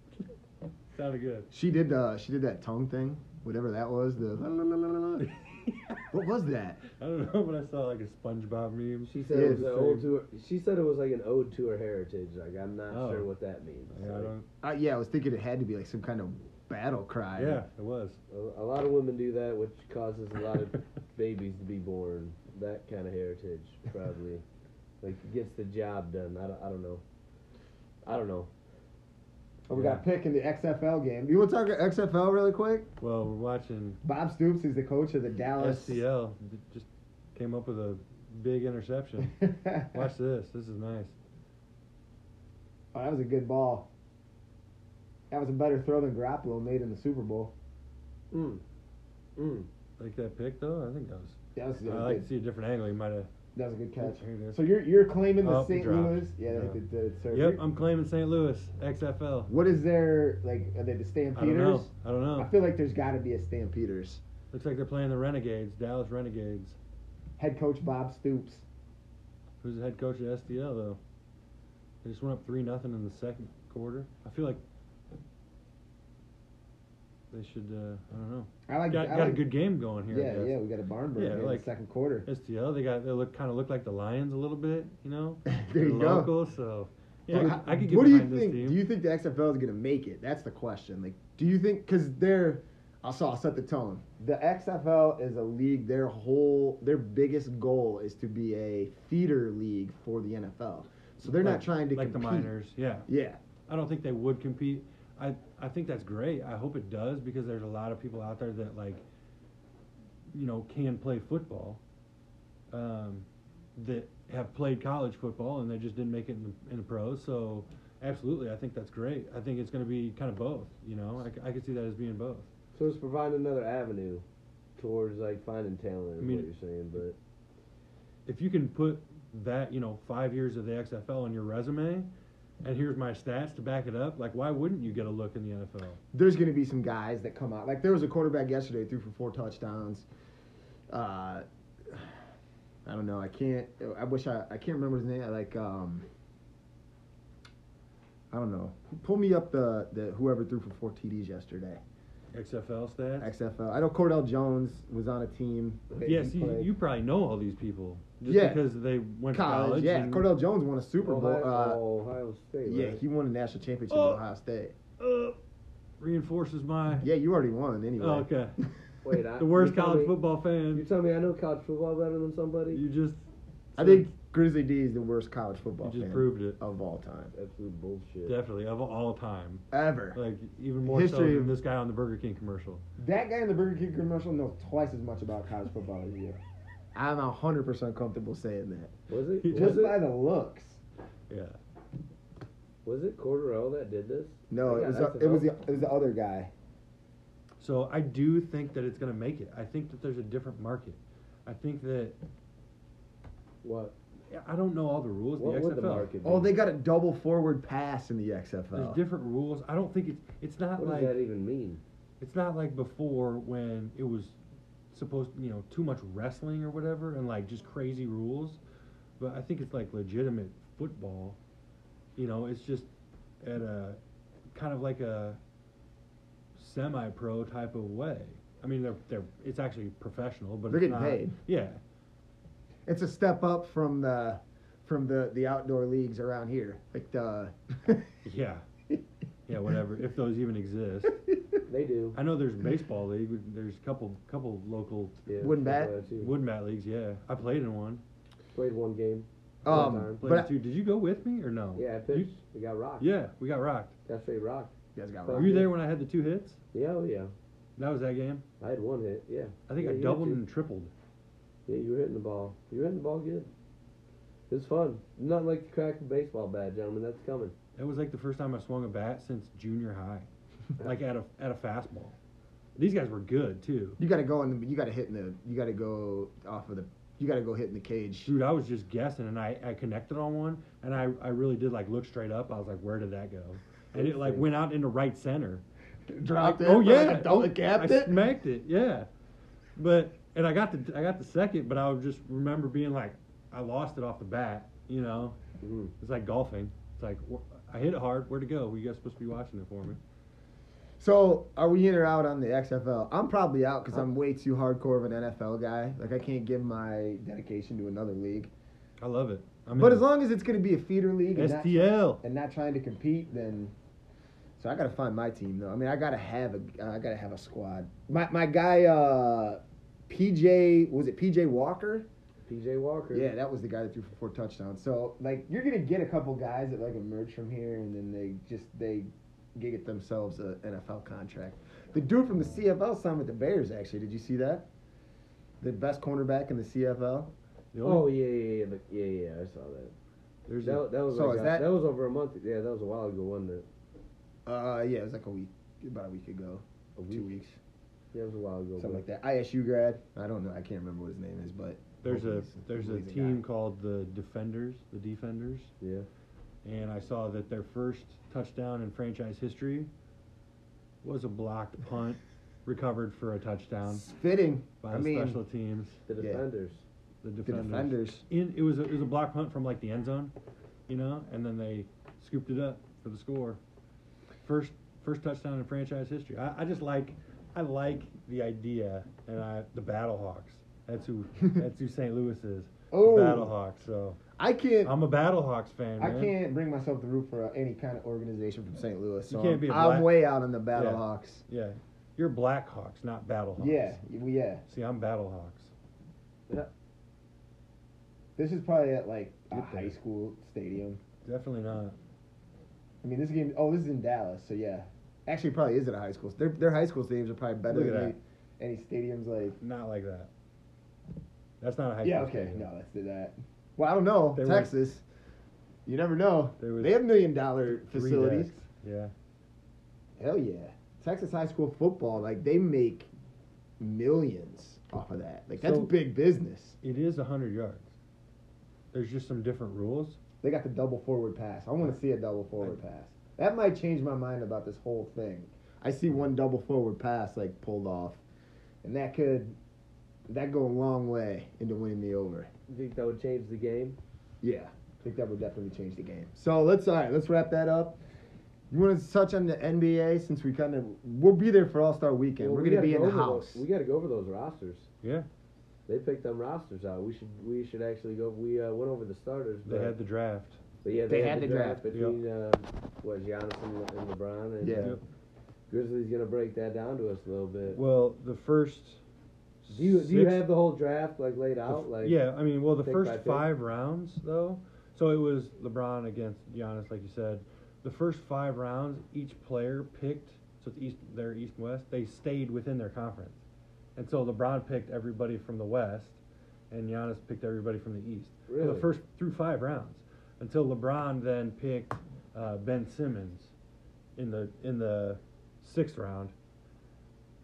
S3: [LAUGHS] sounded good.
S1: She did. Uh, she did that tongue thing, whatever that was. The la, la, la, la, la,
S3: [LAUGHS]
S1: la. what was that?
S3: I don't know, [LAUGHS] but I saw like a SpongeBob meme.
S2: She said
S1: Yeah,
S2: it was
S1: the
S2: an
S1: same.
S2: ode to her, she said it was like an ode to her heritage. Like I'm not
S3: Oh.
S2: sure what that means.
S3: Yeah, I
S2: Like,
S3: don't-
S1: Uh, yeah, I was thinking it had to be like some kind of battle cry.
S3: yeah, it was.
S2: a, a lot of women do that, which causes a [LAUGHS] lot of babies to be born. That kind of heritage probably like gets the job done. I don't, I don't know. I don't know.
S1: Oh, we got pick in the XFL game. You want to talk XFL really quick?
S3: Well, we're watching
S1: Bob Stoops is the coach of the Dallas.
S3: SCL. D- Just came up with a big interception. Watch this. This is nice.
S1: [LAUGHS] Oh, that was a good ball. That was a better throw than Garoppolo made in the Super Bowl.
S2: Mm. Mm.
S3: Like that pick though, I think that was.
S1: That was a good,
S3: I like to see a different angle. You might have.
S1: that was a good catch.
S3: Here it is.
S1: So you're you're claiming the
S3: Oh,
S1: St.
S3: dropped.
S1: Louis? Yeah,
S3: Yeah.
S1: they did the serve.
S3: Yep, I'm claiming St. Louis XFL.
S1: What is their like? Are they the
S3: I don't know.
S1: Stampeders?
S3: I don't
S1: I,
S3: know.
S1: feel like there's got to be a Stampeders.
S3: Looks like they're playing the Renegades, Dallas Renegades.
S1: Head coach Bob Stoops.
S3: Who's the head coach of SDL though? They just went up three nothing in the second quarter. I feel like they should. Uh, I don't know.
S1: I like.
S3: Got,
S1: I
S3: got a
S1: like-
S3: good game going here. I
S1: Yeah,
S3: guess.
S1: yeah, we got a barn burner
S3: Yeah,
S1: in
S3: like-
S1: the second
S3: [LAUGHS]
S1: quarter. [LAUGHS]
S3: STL, they got they look kind of look like the Lions a little bit, you know.
S1: [LAUGHS] There
S3: They're
S1: you go.
S3: local, so yeah, I
S1: Dude,
S3: could- I could get
S1: what do you
S3: behind this
S1: think?
S3: team.
S1: Do you think the XFL is going to make it? That's the question. Like, do you think because they're I'll, so I'll set the tone. The XFL is a league. Their whole their biggest goal is to be a feeder league for the NFL. So they're not
S3: Like-
S1: trying to
S3: like
S1: compete.
S3: the minors. Yeah,
S1: Yeah,
S3: I don't think they would compete. I I think that's great. I hope it does because there's a lot of people out there that like, you know, can play football, um, that have played college football and they just didn't make it in the, in the pros. So absolutely, I think that's great. I think it's going to be kind of both. You know, I, c- I could see that as being both.
S2: So it's providing another avenue towards like finding talent. Is
S3: I mean-
S2: what you're saying, but
S3: if you can put that, you know, five years of the XFL on your resume, and here's my stats to back it up, like why wouldn't you get a look in the NFL?
S1: there's going to be some guys that come out. Like there was a quarterback yesterday who threw for four touchdowns. Uh, I don't know. I can't. I wish I. I can't remember his name. I Like um, I don't know. Pull me up the the whoever threw for four TDs yesterday.
S3: XFL stats.
S1: XFL. I know Cordell Jones was on a team. that he
S3: yes, you,
S1: played.
S3: you probably know all these people just
S1: Yeah.
S3: because they went to
S1: college.
S3: college.
S1: Yeah,
S3: and-
S1: Cordell Jones won a Super Bowl.
S2: Ohio,
S1: Uh,
S2: Ohio State.
S1: yeah,
S2: right?
S1: he won a national championship
S3: Oh.
S1: at Ohio State.
S3: uh, reinforces my
S1: Yeah, you already won anyway. Uh,
S3: Oh, okay.
S2: Wait, I,
S3: the worst
S2: you tell
S3: college
S2: me-
S3: football
S2: You
S3: fan.
S2: tell me I know college football better than somebody.
S3: You just
S1: [LAUGHS] I think Grizzly D is the worst college football
S3: You just
S1: fan
S3: proved it.
S1: of all time.
S2: Absolute bullshit.
S3: definitely of all time,
S1: Ever.
S3: like even more
S1: History
S3: so
S1: of-
S3: than this guy on the Burger King commercial.
S1: That guy in the Burger King commercial knows twice as much about college football as you. I'm 100% comfortable saying that.
S2: Was
S1: [LAUGHS]
S2: it?
S3: He
S2: Was
S1: Just
S2: it,
S1: by the looks.
S3: Yeah,
S2: was it Cordero that did this?
S1: No,
S2: Yeah,
S1: it was
S2: that's
S1: it was the,
S2: about-
S1: it was the other guy.
S3: So I do think that it's going to make it. I think that there's a different market. I think that
S2: What?
S3: I don't know all the rules. in
S2: What
S3: the
S2: would
S3: XFL.
S2: the market be?
S1: Oh, they got a double forward pass in the XFL.
S3: There's different rules. I don't think it's it's not
S2: What does
S3: like
S2: that even mean?
S3: it's not like before when it was supposed you know too much wrestling or whatever and like just crazy rules. But I think it's like legitimate football. You know, it's just at a kind of like a semi-pro type of way. I mean, they're they're it's actually professional, but
S1: They're
S3: it's
S1: getting
S3: not-
S1: paid.
S3: Yeah,
S1: it's a step up from the from the the outdoor leagues around here, like [LAUGHS] the. um,
S3: Yeah. Yeah, whatever. If those even exist.
S2: They do.
S3: I know there's baseball league. There's a couple couple local
S2: Yeah,
S1: Wouldn't
S2: that's
S1: bat.
S2: what I do.
S3: wood mat leagues. Yeah, I played in one.
S2: Played one game.
S1: Um,
S3: Played
S1: but I-
S3: in two. Did you go with me or no?
S2: Yeah, I
S3: Oh. You-
S2: pitched. We got rocked.
S3: yeah, we got rocked.
S2: Got straight rocked.
S1: you guys got
S2: But-
S1: rocked.
S3: Were you there when I had the two hits?
S2: Yeah, oh yeah.
S3: That was that game.
S2: I had one hit. Yeah.
S3: I think
S2: Yeah,
S3: I
S2: you had
S3: doubled
S2: two.
S3: and tripled.
S2: Yeah, you were hitting the ball. You were hitting the ball good. It was fun. Not like the crack of a baseball bat, gentlemen. That's coming.
S3: That was like the first time I swung a bat since
S1: [LAUGHS]
S3: junior high, like at a at a fastball. These guys were good too,
S1: You got to go in. The, you got to hit in the. You got to go off of the. You got to go hit in the cage.
S3: dude. I was just guessing, and I, I connected on one, and I, I really did like look straight up. I was like, where did that go? And it like went out into right center.
S1: Dropped
S3: I-
S1: it.
S3: Oh
S1: like
S3: yeah,
S1: a double
S3: Oh,
S1: gapped
S3: I
S1: it.
S3: smacked it. Yeah, but and I got the I got the second, but I would just remember being like, I lost it off the bat. You know,
S2: Mm-hmm.
S3: it's like golfing. It's like wh- I hit it hard. Where to go? Were you guys supposed to be watching it for me?
S1: So, are we in or out on the XFL? I'm probably out because I'm way too hardcore of an NFL guy. Like, I can't give my dedication to another league.
S3: I love it. I
S1: But as long as it's going to be a feeder league and not,
S3: STL.
S1: and not trying to compete, then. So I got to find my team though. I mean, I got to have a. uh, I got to have a squad. My my guy, uh, PJ was it PJ Walker?
S2: PJ Walker.
S1: Yeah, that was the guy that threw for four touchdowns. So like, you're gonna get a couple guys that like emerge from here, and then they just they get themselves a NFL contract. The dude from the CFL signed with the Bears. Actually, did you see that? The best cornerback in the CFL.
S3: The only-
S2: Oh yeah, yeah, yeah, but- yeah, yeah. I saw that.
S3: There's a-
S2: That, that was
S1: So
S2: like
S1: is
S2: a-
S1: that-
S2: that was over a month. Yeah, that was a while ago, wasn't it?
S1: Uh, yeah, it was like a week, about a week ago, two weeks,
S2: Yeah, it was a while ago.
S1: something like
S2: but-
S1: that. ISU grad. I don't know. I can't remember what his name is, but
S3: there's a
S1: Hopefully he's-
S3: there's a
S1: hopefully he's
S3: team
S1: guy.
S3: called the Defenders, the Defenders,
S2: Yeah.
S3: and I saw that their first touchdown in franchise history was a blocked punt recovered for a touchdown
S1: It's fitting.
S3: um, by
S1: I
S3: the
S1: mean,
S3: special teams.
S2: The
S1: Yeah.
S2: defenders.
S3: The
S1: the
S3: Defenders.
S1: defenders.
S3: In it was a, it was a block punt from like the end zone, you know, and then they scooped it up for the score. First first touchdown in franchise history. I, I just like I like the idea and I the Battle Hawks.
S1: [LAUGHS]
S3: That's who that's who St. Louis is.
S1: Oh.
S3: The Battle Hawks. So
S1: I can't.
S3: I'm a Battle Hawks fan.
S1: I
S3: man.
S1: can't bring myself to root for uh, any kind of organization from St. Louis. So
S3: You can't
S1: I'm,
S3: be a
S1: I'm
S3: black-
S1: way out on the Battle
S3: Yeah.
S1: Hawks.
S3: Yeah, you're Black Hawks, not Battle Hawks.
S1: Yeah, y- yeah.
S3: See, I'm Battle Hawks.
S1: This is probably at like a
S3: Get there.
S1: high school stadium.
S3: Definitely not.
S1: I mean, this game. Oh, this is in Dallas. So yeah, actually, it probably is at a high school. Their their high school stadiums are probably better
S3: Look at
S1: than any, any stadiums like.
S3: Not like that. That's not a high
S1: yeah.
S3: school
S1: Okay.
S3: stadium.
S1: No, let's do that. Well, I don't know.
S3: There was-
S1: Texas. you never know.
S3: There was
S1: They have million dollar
S3: Three
S1: facilities.
S3: decks. Yeah.
S1: Hell yeah. Texas high school football, like they make millions off of that. Like that's
S3: So-
S1: big business.
S3: It is 100 yards. There's just some different rules.
S1: They got the double forward pass. I want to see a double forward pass. That might change my mind about this whole thing. I see one double forward pass like pulled off, and that could that go a long way into winning me over.
S2: You think that would change the game?
S1: Yeah, I think that would definitely change the game. So let's all right, let's wrap that up. You want to touch on the NBA since we kind of we'll be there for All Star Weekend.
S2: Well,
S1: We're
S2: we
S1: gonna
S2: gotta
S1: be in
S2: go
S1: the
S2: over
S1: house.
S2: those- we got to go over those rosters.
S3: Yeah.
S2: They picked them rosters out. We should we should actually go. We uh, went over the starters.
S3: They
S2: but-
S3: had the draft.
S2: But yeah,
S1: They had the draft.
S2: between uh, what Giannis and, Le- and LeBron, and
S1: Yeah.
S2: uh, Grizzlies gonna break that down to us a little bit.
S3: Well, the first.
S2: Do you do you
S3: six-
S2: have the whole draft like laid
S3: the
S2: out?
S3: f-
S2: Like
S3: yeah, I mean, well, the
S2: pick
S3: first
S2: by pick?
S3: five rounds though. So it was LeBron against Giannis, like you said. The first five rounds, each player picked. So it's east, they're east and west. They stayed within their conference, and so LeBron picked everybody from the west, and Giannis picked everybody from the east. for
S2: Really?
S3: The first through five rounds, until LeBron then picked uh, Ben Simmons in the in the sixth round,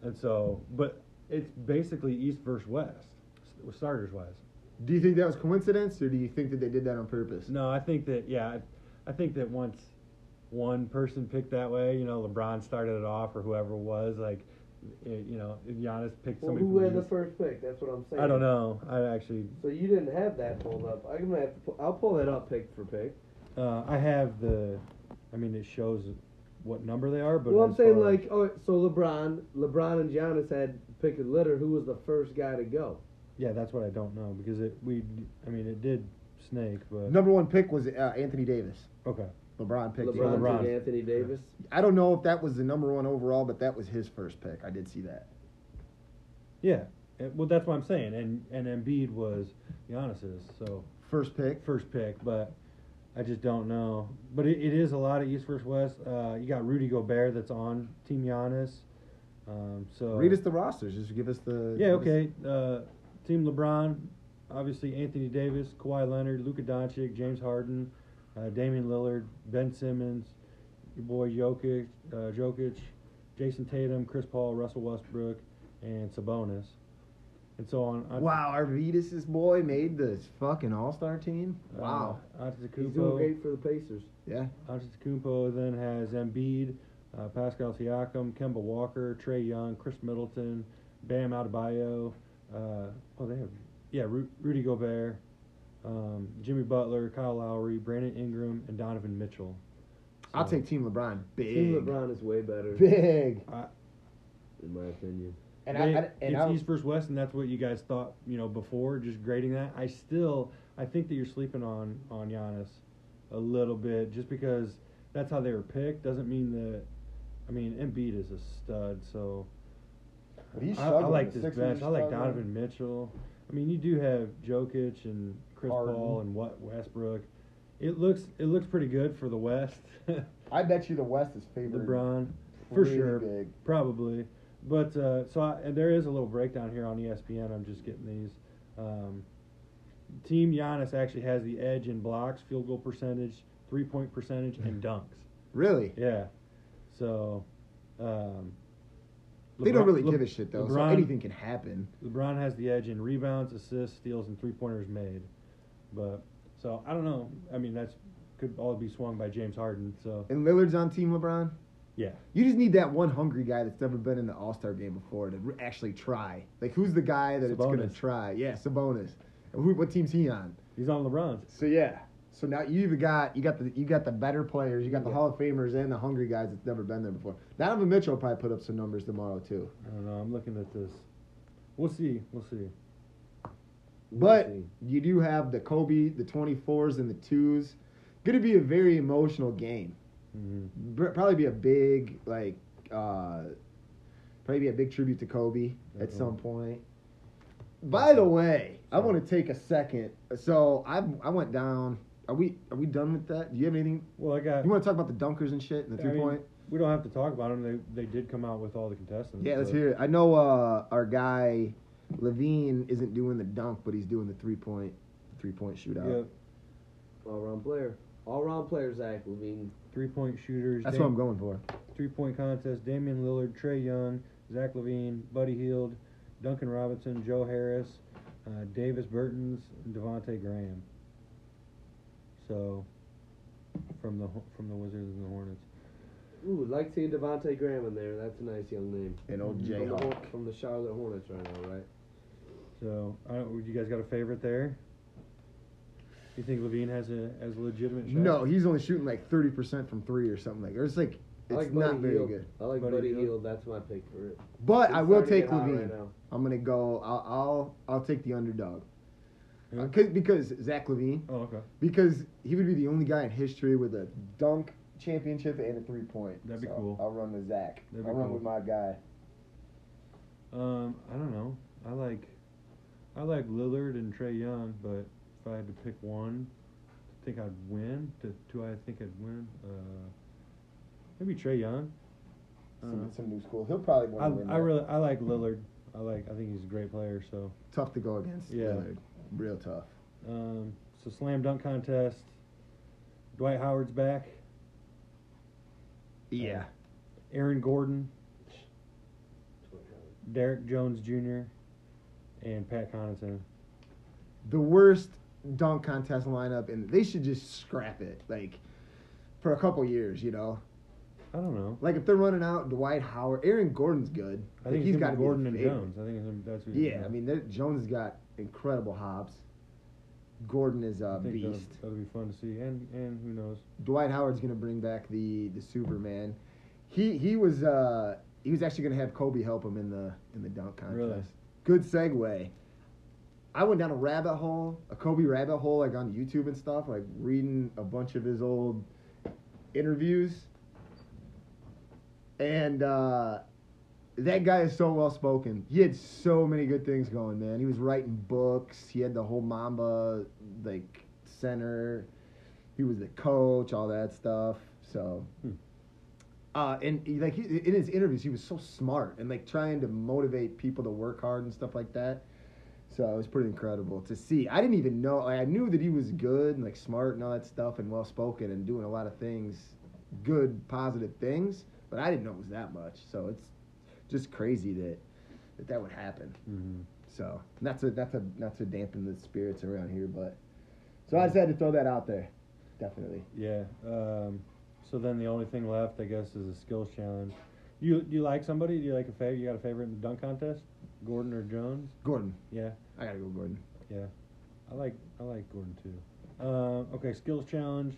S3: and so but it's basically east versus west, s- starters wise.
S1: do you think that was coincidence, or do you think that they did that on purpose?
S3: No, I think that yeah, I, I think that once one person picked that way, you know, LeBron started it off or whoever it was like, it, you know, if Giannis picked
S2: Well,
S3: somebody.
S2: who
S3: from
S2: had the
S3: East-
S2: first pick? That's what I'm saying.
S3: I don't know. I actually
S2: So you didn't have that pulled up. I'm gonna have to. Pull, I'll pull that up pick for pick.
S3: uh, I have the, I mean, it shows what number they are, but
S2: well, I'm
S3: as
S2: saying
S3: far as-
S2: like, oh, so LeBron, LeBron and Giannis had pick a litter. Who was the first guy to go?
S3: yeah, that's what I don't know because it we I mean it did snake, but
S1: Number one pick was uh, Anthony Davis.
S3: okay.
S1: LeBron picked him.
S2: LeBron,
S3: LeBron.
S2: took Anthony Davis.
S1: I don't know if that was the number one overall, but that was his first pick. I did see that.
S3: Yeah. And- well, that's what I'm saying. And and Embiid was Giannis's, so
S1: First pick.
S3: first pick, but I just don't know. But it, it is a lot of East versus West. Uh, you got Rudy Gobert that's on Team Giannis. Um, so
S1: Read us the rosters. Just give us the.
S3: yeah,
S1: give us-
S3: okay. Uh, Team LeBron, obviously Anthony Davis, Kawhi Leonard, Luka Doncic, James Harden, uh, Damian Lillard, Ben Simmons, your boy Jokic, uh, Jokic, Jason Tatum, Chris Paul, Russell Westbrook, and Sabonis, and so on. Uh, Ant-
S1: Wow, Arvidas' boy made this fucking All Star team.
S3: uh,
S1: Wow.
S3: Antetokounmpo.
S2: He's doing great for the Pacers.
S1: Yeah.
S3: Antetokounmpo then has Embiid, uh, Pascal Siakam, Kemba Walker, Trey Young, Chris Middleton, Bam Adebayo. Uh, oh, they have yeah, Ru- Rudy Gobert, um, Jimmy Butler, Kyle Lowry, Brandon Ingram, and Donovan Mitchell.
S1: I'll
S3: So,
S1: take Team LeBron. Big.
S2: Team LeBron is way better,
S1: Big.
S2: in my opinion.
S1: And
S3: they-
S1: I, I and
S3: it's
S1: I,
S3: East versus West, and that's what you guys thought you know before just grading that. I still I think that you're sleeping on on Giannis a little bit just because that's how they were picked doesn't mean that. I mean, Embiid is a stud, so.
S1: But he's
S3: I, I
S1: struggling.
S3: like
S1: The
S3: this
S1: Sixers are
S3: bench. I like
S1: struggling.
S3: Donovan Mitchell. I mean, you do have Jokic and Chris
S1: Harden.
S3: Paul and what Westbrook. It looks it looks pretty good for the West. [LAUGHS]
S1: I bet you the West is favored.
S3: LeBron for
S1: pretty
S3: sure,
S1: Big.
S3: probably. But uh, so I, and there is a little breakdown here on E ESPN. I'm just getting these. Um, team Giannis actually has the edge in blocks, field goal percentage, three point percentage, and dunks.
S1: Really?
S3: Yeah. So. Um,
S1: they don't
S3: LeBron-
S1: really
S3: Le-
S1: give a shit though. so
S3: LeBron-
S1: anything can happen.
S3: LeBron has the edge in rebounds, assists, steals, and three pointers made. But so I don't know. I mean, that's could all be swung by James Harden. So
S1: And Lillard's on Team LeBron.
S3: yeah,
S1: You just need that one hungry guy that's never been in the All Star game before to re- actually try. Like, who's the guy that it's gonna
S3: Sabonis.
S1: try? Yeah, Sabonis. And who, what team's he on?
S3: he's on LeBron's.
S1: So yeah. So now you even got you got the you got the better players, you got the
S2: Yeah.
S1: Hall of Famers and the hungry guys that's never been there before. Donovan Mitchell will probably put up some numbers tomorrow too.
S3: I don't know. I'm looking at this. We'll see. We'll see.
S2: We'll
S1: But
S2: see.
S1: you do have the Kobe, the twenty fours and the twos. Gonna be a very emotional game.
S3: hmm
S1: Br- Probably be a big like uh probably be a big tribute to Kobe at
S3: Mhm.
S1: some point. By the way, I want to take a second. So I I went down. Are we are we done with that? Do you have anything?
S3: Well, I got.
S1: You want to talk about the dunkers and shit and the
S3: I
S1: three
S3: mean,
S1: point?
S3: We don't have to talk about them. They they did come out with all the contestants.
S1: Yeah, let's
S3: but-
S1: hear it. I know uh, our guy Levine isn't doing the dunk, but he's doing the three point three point shootout.
S3: Yep.
S2: All round player. All round player, Zach Levine.
S3: Three point shooters.
S1: That's
S3: Dam-
S1: what I'm going for.
S3: Three point contest: Damian Lillard, Trey Young, Zach Levine, Buddy Heald, Duncan Robinson, Joe Harris, uh, Davis Burton's, and Devonte Graham. So, from the Ho- from the Wizards and the Hornets.
S2: Ooh, like seeing Devonte Graham in there. That's a nice young name.
S1: And old
S3: Mhm.
S2: From the,
S1: Jayhawk.
S2: Hor- from the Charlotte Hornets right now, right?
S3: So, I don't, you guys got a favorite there? You think Levine has a as a legitimate shot?
S1: No, he's only shooting like thirty percent from three or something like. Or it's like
S2: I
S1: it's
S2: like
S1: not
S2: Buddy
S1: very
S2: Hield.
S1: good.
S2: I like
S3: Buddy
S2: Buddy,
S3: Hield.
S2: Hield. That's my pick for it.
S1: But
S2: It's
S1: I will
S2: starting to
S1: take
S2: get hot
S1: Levine.
S2: Right now.
S1: I'm gonna go. I'll I'll, I'll take the underdog.
S3: Who?
S1: Uh, 'cause- because Zach Levine,
S3: Oh, okay.
S1: because he would be the only guy in history with a dunk championship and a three point.
S3: That'd be cool.
S1: I'll run with Zach.
S3: That'd be
S1: I'll run
S3: cool.
S1: with my guy.
S3: Um, I don't know. I like, I like Lillard and Trey Young, but if I had to pick one, I think I'd win. Do, do I think I'd win? Uh, maybe Trey Young. I don't
S1: Some,
S3: know.
S1: some new school. He'll probably want to win.
S3: Uh-huh. I, I
S1: that.
S3: really I like Lillard. I like I think he's a great player. So
S1: tough to go against.
S3: Yeah.
S1: Lillard. real tough.
S3: um, so slam dunk contest. Dwight Howard's back. Yeah. Aaron Gordon, Derek Jones Jr., and Pat Connaughton.
S1: the worst dunk contest lineup, and they should just scrap it like for a couple years. You know,
S3: I don't know.
S1: like if they're running out Dwight Howard, Aaron Gordon's good.
S3: I
S1: Like,
S3: think he's
S1: gotta
S3: got
S1: be a
S3: Gordon and
S1: favorite.
S3: Jones. I think it's him- that's who he's
S1: Yeah,
S3: got.
S1: I mean they're- Jones has got incredible hops. Gordon is
S3: I
S1: a
S3: think that'll-
S1: Uh, beast.
S3: That'll, be fun to see, and and who knows?
S1: Dwight Howard's gonna bring back the the Superman. He he was uh he was actually gonna have Kobe help him in the in the dunk contest.
S3: Really?
S1: Good segue. I went down a rabbit hole, a Kobe rabbit hole, like on YouTube and stuff, like reading a bunch of his old interviews. And uh, that guy is so well spoken. He had so many good things going, man. He was writing books. He had the whole Mamba like center. He was the coach, all that stuff. So,
S3: Hmm.
S1: uh, and he, like he, in his interviews, he was so smart and like trying to motivate people to work hard and stuff like that. So it was pretty incredible to see. I didn't even know. Like, I knew that he was good and like smart and all that stuff and well spoken and doing a lot of things, good positive things. But I didn't know it was that much. So it's just crazy that that, that would happen.
S3: Mm-hmm.
S1: So not to not to not to dampen the spirits around here, but so I just had to throw that out there. Definitely.
S3: Yeah. Um, so then the only thing left, I guess, is a skills challenge. You do you like somebody? Do you like a favorite? You got a favorite in the dunk contest? Gordon or Jones?
S1: Gordon.
S3: Yeah,
S1: I gotta go Gordon.
S3: yeah. I like I like Gordon too. Um, okay, skills challenge.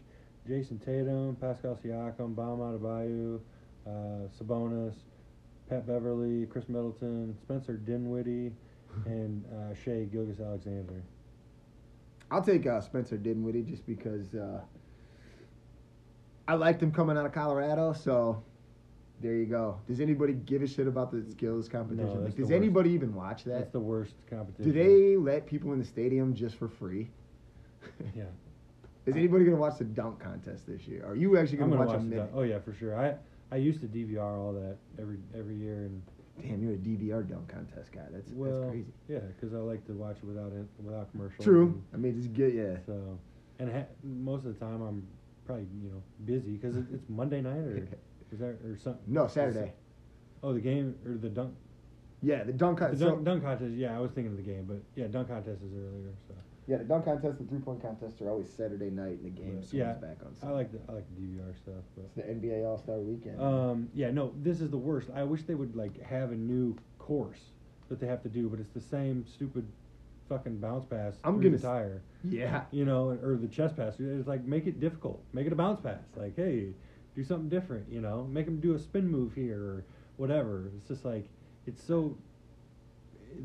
S3: Jason Tatum, Pascal Siakam, Bam Adebayo, uh, Sabonis, Pat Beverly, Chris Middleton, Spencer
S1: [LAUGHS]
S3: Dinwiddie, and uh, Shea Gilgis Alexander.
S1: I'll take uh, Spencer Dinwiddie just because uh, I liked him coming out of Colorado. So there you go. Does anybody give a shit about the skills competition?
S3: that's
S1: like,
S3: the
S1: does
S3: worst.
S1: anybody even watch
S3: That's
S1: that?
S3: the worst
S1: Do
S3: competition.
S1: they let people in the stadium just for free?
S3: [LAUGHS] Yeah.
S1: Is anybody gonna watch the dunk contest this year? Are you actually
S3: I'm
S1: gonna,
S3: gonna
S1: watch,
S3: watch
S1: a
S3: that.
S1: minute?
S3: Oh yeah, for sure. I I used to DVR all that every every year, and
S1: Damn, you're a DVR dunk contest guy. That's
S3: well,
S1: that's crazy.
S3: yeah, because I like to watch it without it without commercials.
S1: True. I mean, just get yeah.
S3: And so, and ha- most of the time I'm probably you know busy because it, it's Monday
S1: [LAUGHS]
S3: night or is that or something?
S1: No, Saturday.
S3: Oh, the game or the dunk
S1: Yeah, the dunk
S3: the
S1: contest.
S3: dunk, dunk contest. Yeah, I was thinking of the game, but yeah, dunk contest is earlier. So
S1: yeah, the dunk contest and three point contests are always Saturday night, and the game
S3: But,
S1: swings
S3: yeah,
S1: back on.
S3: I
S1: Sunday.
S3: like the I like the DVR stuff, but
S1: It's the NBA All Star Weekend.
S3: Um, yeah, no, this is the worst. I wish they would like have a new course that they have to do, but it's the same stupid fucking bounce pass.
S1: I'm
S3: through the
S1: gonna
S3: tire,
S1: yeah,
S3: you know, or the chest pass. It's like make it difficult, make it a bounce pass. Like, hey, do something different, you know, make them do a spin move here or whatever. It's just like it's so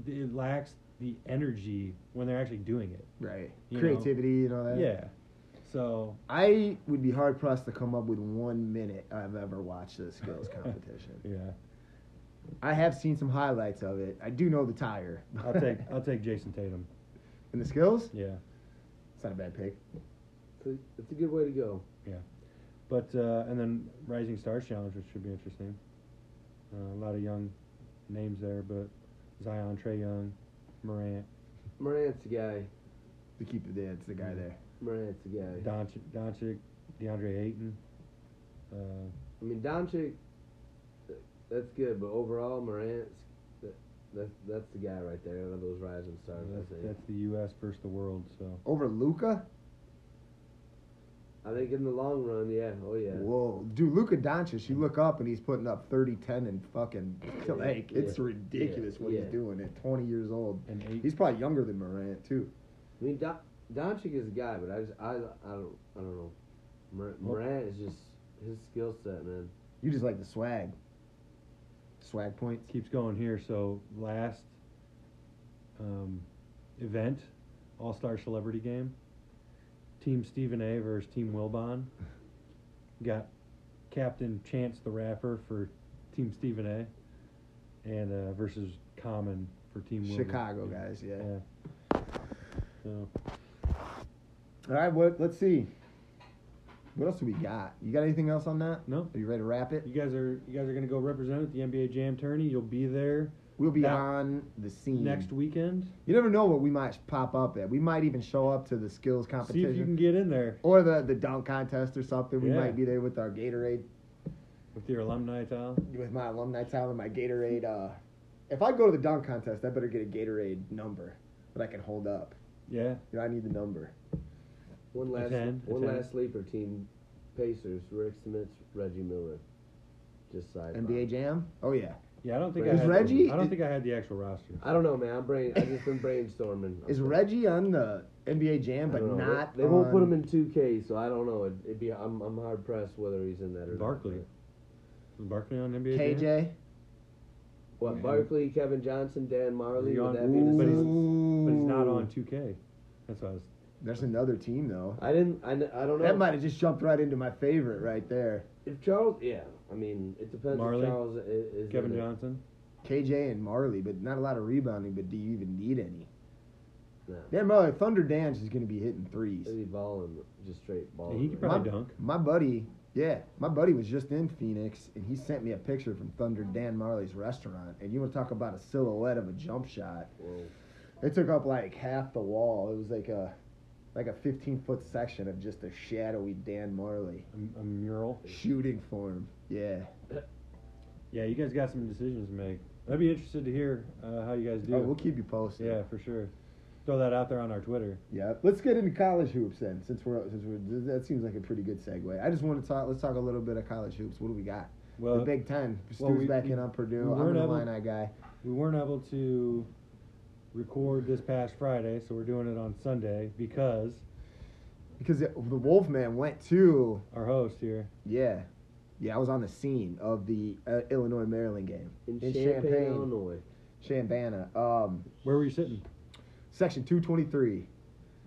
S3: it, it lacks the energy when they're actually doing it.
S1: right.
S3: You know.
S1: Creativity and all that.
S3: Yeah, so
S1: I would be hard pressed to come up with one minute I've ever watched the
S3: [LAUGHS]
S1: skills competition.
S3: yeah,
S1: I have seen some highlights of it. I do know the tire.
S3: I'll take I'll take Jason Tatum.
S1: [LAUGHS] and the skills.
S3: Yeah.
S1: It's not a bad pick.
S2: It's a, it's a good way to go.
S3: But uh, and then Rising Stars Challenge, which should be interesting. Uh, a lot of young names there, but Zion, Trey Young, Morant,
S2: Morant's the guy.
S1: To keep it there, it's the guy there.
S2: Morant's the guy.
S3: Doncic, Doncic DeAndre Ayton. Uh,
S2: I mean, Doncic, th- that's good, but overall, Morant's that, that's that's the guy right there. Out of those rising stars,
S3: that's,
S2: I think.
S3: that's the U.S. versus the world. So
S1: Over Luca.
S2: I think in the long run, yeah, oh yeah.
S1: Whoa, dude, Luka Doncic, you look up and he's putting up 30, 10, and fucking like it's
S2: Yeah.
S1: ridiculous what
S2: Yeah.
S1: he's doing at 20 years old.
S3: and eight,
S1: He's probably younger than Morant too.
S2: I mean, Don, Doncic is a guy, but I just I, I don't I don't know. Mor-
S3: Well-
S2: Morant is just his skill set, man.
S1: You just like the swag, swag points.
S3: keeps going here. So last um, event, All Star Celebrity Game, Team Stephen A. versus Team Wilbon. Got Captain Chance the Rapper for Team Stephen A. And uh, versus Common for Team Wilbon.
S1: Chicago guys, yeah.
S3: Yeah. So
S1: All right, what? Let's see. What else do we got? You got anything else on that?
S3: no,
S1: Are you ready to wrap it?
S3: you guys are you guys are gonna go represent at the NBA Jam tourney. You'll be there
S1: We'll be
S3: That-
S1: on the scene
S3: next weekend.
S1: You never know what we might pop up at. We might even show up to the skills
S3: See
S1: competition
S3: if you can get in there
S1: or the the dunk contest or something. We
S3: Yeah.
S1: might be there with our Gatorade
S3: with your alumni towel.
S1: with my alumni towel and my Gatorade. Uh, if I go to the dunk contest, I better get a Gatorade number that I can hold up.
S3: Yeah.
S1: You know, I need the number.
S2: One last
S3: ten, a
S2: one
S3: ten.
S2: last sleeper team, Pacers, Rick Smith, Reggie Miller. Just side.
S1: NBA Jam. Oh yeah.
S3: Yeah, I don't think I
S2: Is
S3: had
S1: Reggie-
S3: I don't think I had the actual roster.
S2: I don't know, man. I'm brain. I just been brainstorming. I'm
S1: Is
S2: sorry.
S1: Reggie on the NBA Jam,
S2: I
S1: but
S2: don't know. They-
S1: not?
S2: They, won't put
S1: on-
S2: him in 2K, so I don't know. It'd, it'd be. I'm, I'm hard pressed whether he's in that or
S3: Barkley.
S2: not.
S3: Was Barkley on NBA? Jam?
S1: KJ.
S2: What
S3: Yeah.
S2: Barkley, Kevin Johnson, Dan Marley?
S3: He
S2: Would
S3: on-
S2: that be the
S3: But he's-
S2: same?
S1: Ooh.
S3: But he's not on 2K. That's what I was.
S1: There's another team though.
S2: I didn't. I, n- I don't know.
S1: That might have just jumped right into my favorite right there.
S2: if Charles, yeah. I mean, it depends.
S3: Marley,
S2: if Charles i- is, is
S3: Kevin
S2: in it.
S3: Johnson.
S1: KJ and Marley, but not a lot of rebounding. But do you even need any?
S2: No.
S1: That mother Thunder Dance is going to be hitting threes.
S2: Maybe balling, just straight balling.
S3: Yeah, he could
S2: right?
S3: probably dunk.
S1: My buddy, yeah, my buddy was just in Phoenix, and he sent me a picture from Thunder Dan Marley's restaurant. And you want to talk about a silhouette of a jump shot?
S2: Well,
S1: It took up like half the wall. It was like a like a 15 foot section of just a shadowy Dan Marley
S3: A, a mural.
S1: shooting form. Yeah.
S3: Yeah, you guys got some decisions to make. I'd be interested to hear uh, how you guys do.
S1: Oh, we'll keep you posted.
S3: yeah, for sure. Throw that out there on our Twitter.
S1: Yeah. Let's get into college hoops then, since we're since we're that seems like a pretty good segue. I just want to talk. Let's talk a little bit of college hoops. What do we got?
S3: Well,
S1: the Big Ten. Stu's
S3: well, we-
S1: back
S3: we-
S1: in on Purdue.
S3: we
S1: I'm
S3: weren't
S1: an
S3: able-
S1: Illini guy.
S3: we weren't able to record this past Friday, so we're doing it on Sunday because
S1: Because it, the Wolfman went to
S3: our host here,
S1: yeah, yeah. I was on the scene of the uh, Illinois Maryland game
S2: in,
S1: in
S2: Champaign,
S1: Champaign.
S2: Illinois.
S1: Shambana, um,
S3: where were you sitting?
S1: section two twenty three.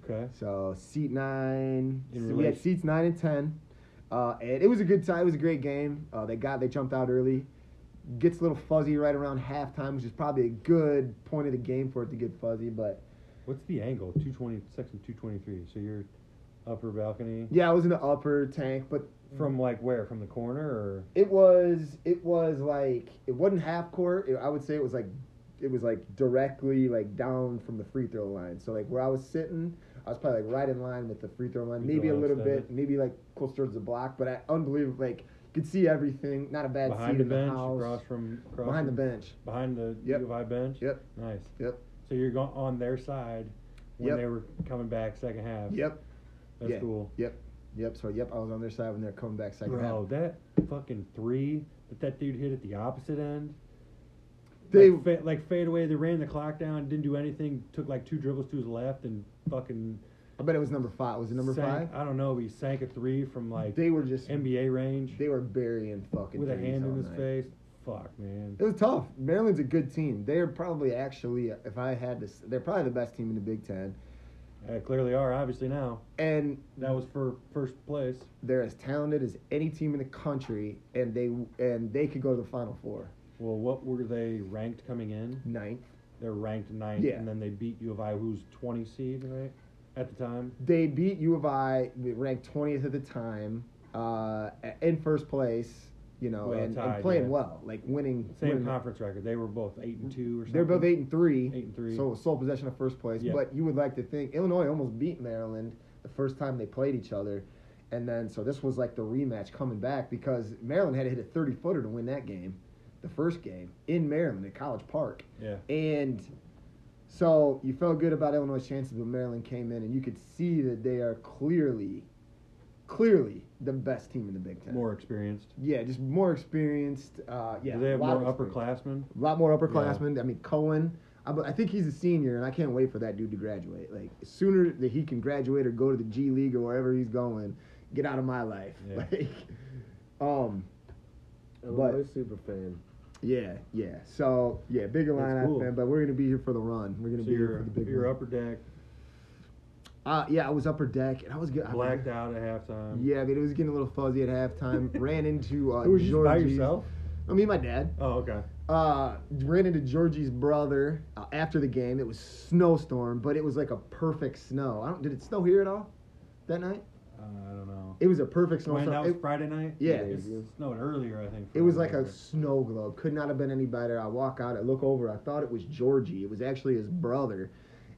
S3: Okay.
S1: So seat nine,
S3: In
S1: we
S3: relation-
S1: had seats nine and ten, uh, and it was a good time. It was a great game. Uh, they got they jumped out early. Gets a little fuzzy right around halftime, which is probably a good point of the game for it to get fuzzy. But
S3: What's the angle? 220, section 223. So you're upper balcony
S1: yeah, I was in the upper tank, but
S3: from like where? From the corner or?
S1: It was it was like it wasn't half court. It, I would say it was like it was like directly like down from the free throw line. So like where I was sitting, I was probably like right in line with the free throw line,
S3: Free throw
S1: maybe a
S3: line
S1: little
S3: extended.
S1: bit, maybe like close towards the block. But I unbelievable like could see everything. Not a bad
S3: behind
S1: seat
S3: the
S1: in
S3: bench,
S1: the house.
S3: across from across
S1: behind the
S3: from-
S1: bench.
S3: behind the
S1: Yep.
S3: U of I bench.
S1: Yep.
S3: Nice.
S1: Yep.
S3: So you're going on their side when
S1: Yep.
S3: they were coming back second half.
S1: Yep.
S3: That's
S1: yeah.
S3: cool.
S1: Yep. So yep, I was on their side when they're coming back second half.
S3: Bro, that fucking three that that dude hit at the opposite end.
S1: They
S3: like, fa- like fade away. They ran the clock down, didn't do anything. Took like two dribbles to his left and fucking.
S1: I bet it was number five. Was it number
S3: sank-
S1: five?
S3: I don't know. But he sank a three from like
S1: They were just
S3: NBA range
S1: they were burying fucking
S3: with a
S1: threes
S3: hand
S1: all
S3: in his
S1: night.
S3: face. Fuck man.
S1: It was tough. Maryland's a good team. They are probably actually, if I had to, s- they're probably the best team in the Big Ten.
S3: Uh, clearly are obviously now.
S1: And
S3: That was for first place.
S1: they're as talented as any team in the country, and they and they could go to the Final Four,
S3: Well, what were they ranked coming in?
S1: ninth.
S3: They're ranked ninth,
S1: Yeah.
S3: and then they beat U of I, who's twenty seed, right? At the time,
S1: They beat U of I, we ranked twentieth at the time, uh, a- in first place. You know,
S3: Well,
S1: and,
S3: tied,
S1: and playing
S3: yeah.
S1: well, like winning.
S3: same
S1: winning.
S3: conference record. They were both eight and two or something.
S1: They're both eight and three.
S3: Eight and three.
S1: So sole possession of first place.
S3: Yeah.
S1: But you would like to think Illinois almost beat Maryland the first time they played each other. And then so this was like the rematch coming back because Maryland had to hit a thirty footer to win that game, the first game in Maryland at College Park.
S3: Yeah.
S1: And so you felt good about Illinois' chances, but Maryland came in and you could see that they are clearly, clearly the best team in the Big Ten.
S3: More experienced.
S1: Yeah, just more experienced. Uh, yeah,
S3: Do they have
S1: a lot
S3: more
S1: of experience.
S3: upperclassmen?
S1: A lot more upperclassmen. I mean, Cohen. I, bu- I think he's a senior, and I can't wait for that dude to graduate. Like sooner that he can graduate or go to the G League or wherever he's going, get out of my life.
S3: Yeah.
S1: [LAUGHS] Like, um,
S2: Illinois super fan.
S1: yeah, yeah. So yeah, bigger
S3: That's
S1: line
S3: cool.
S1: fan, but we're gonna be here for the run. We're gonna
S3: So
S1: be
S3: you're,
S1: here for the big.
S3: you're
S1: run.
S3: upper deck,
S1: Uh, yeah, I was upper deck, and I was good. I-
S3: blacked out at halftime.
S1: Yeah, I mean, it was getting a little fuzzy at
S3: [LAUGHS]
S1: halftime. Ran into uh,
S3: Who was you by
S1: Georgie's-
S3: yourself?
S1: I mean, my dad.
S3: Oh, okay.
S1: uh, ran into Georgie's brother uh, after the game. It was snowstorm, but it was like a perfect snow. I don't. Did it snow here at all that night?
S3: Uh, I don't know.
S1: It was a perfect
S3: When
S1: snowstorm.
S3: that was
S1: it,
S3: Friday night.
S1: yeah.
S3: It snowed earlier, I think.
S1: it was like
S3: Friday
S1: a
S3: night.
S1: snow globe. Could not have been any better. I walk out. I look over. I thought it was Georgie. It was actually his brother.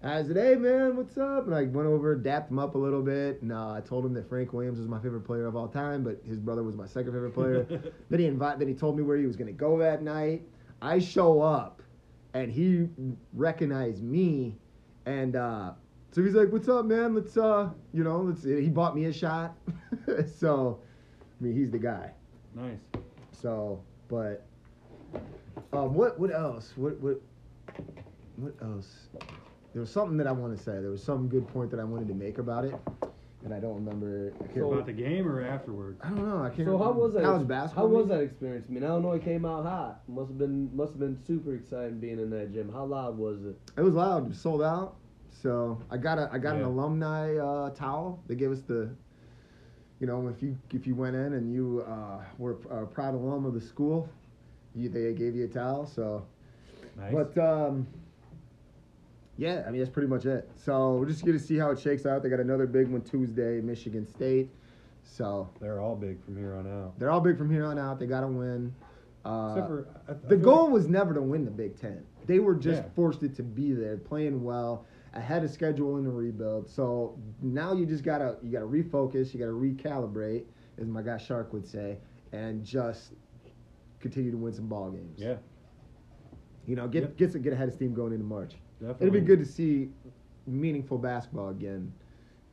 S1: And I said, "Hey man, what's up?" And I went over, dapped him up a little bit, and uh, I told him that Frank Williams was my favorite player of all time, but his brother was my second favorite
S3: [LAUGHS]
S1: player. Then he invite. Then he told me where he was going to go that night. I show up, and he recognized me, and uh, so he's like, "What's up, man? Let's uh, you know, let's." He bought me a shot, [LAUGHS] so I mean, he's the guy.
S3: nice.
S1: So, but um, what what else? What what what else? There was something that I want to say. There was some good point that I wanted to make about it, and I don't remember. I can't
S2: So-
S1: remember.
S4: About the game or afterward?
S1: I don't know. I can't.
S2: So how
S1: remember.
S2: was that?
S1: That was basketball.
S2: How was
S1: maybe?
S2: that experience? I mean, Illinois came out hot. Must have been must have been super exciting being in that gym. How loud was it?
S1: It was loud. It was sold out. So I got a I got an
S4: Yeah.
S1: alumni uh, towel. They gave us the, you know, if you if you went in and you uh, were a proud alum of the school, you, they gave you a towel. So
S4: Nice.
S1: But um, yeah, I mean that's pretty much it. So we're just gonna see how it shakes out. They got another big one Tuesday, Michigan State. So
S3: They're all big from here on out.
S1: they're all big from here on out. They gotta win. Uh,
S3: Except for I, I
S1: the
S3: feel
S1: goal was never to win the Big Ten. They were just
S3: Yeah.
S1: forced it to be there, playing well, ahead of schedule in the rebuild. So now you just gotta you gotta refocus, you gotta recalibrate, as my guy Shark would say, and just continue to win some ball games.
S3: Yeah.
S1: You know, get
S3: Yep.
S1: get some, get ahead of steam going into March.
S3: Like,
S1: It'd
S3: definitely.
S1: be good to see meaningful basketball again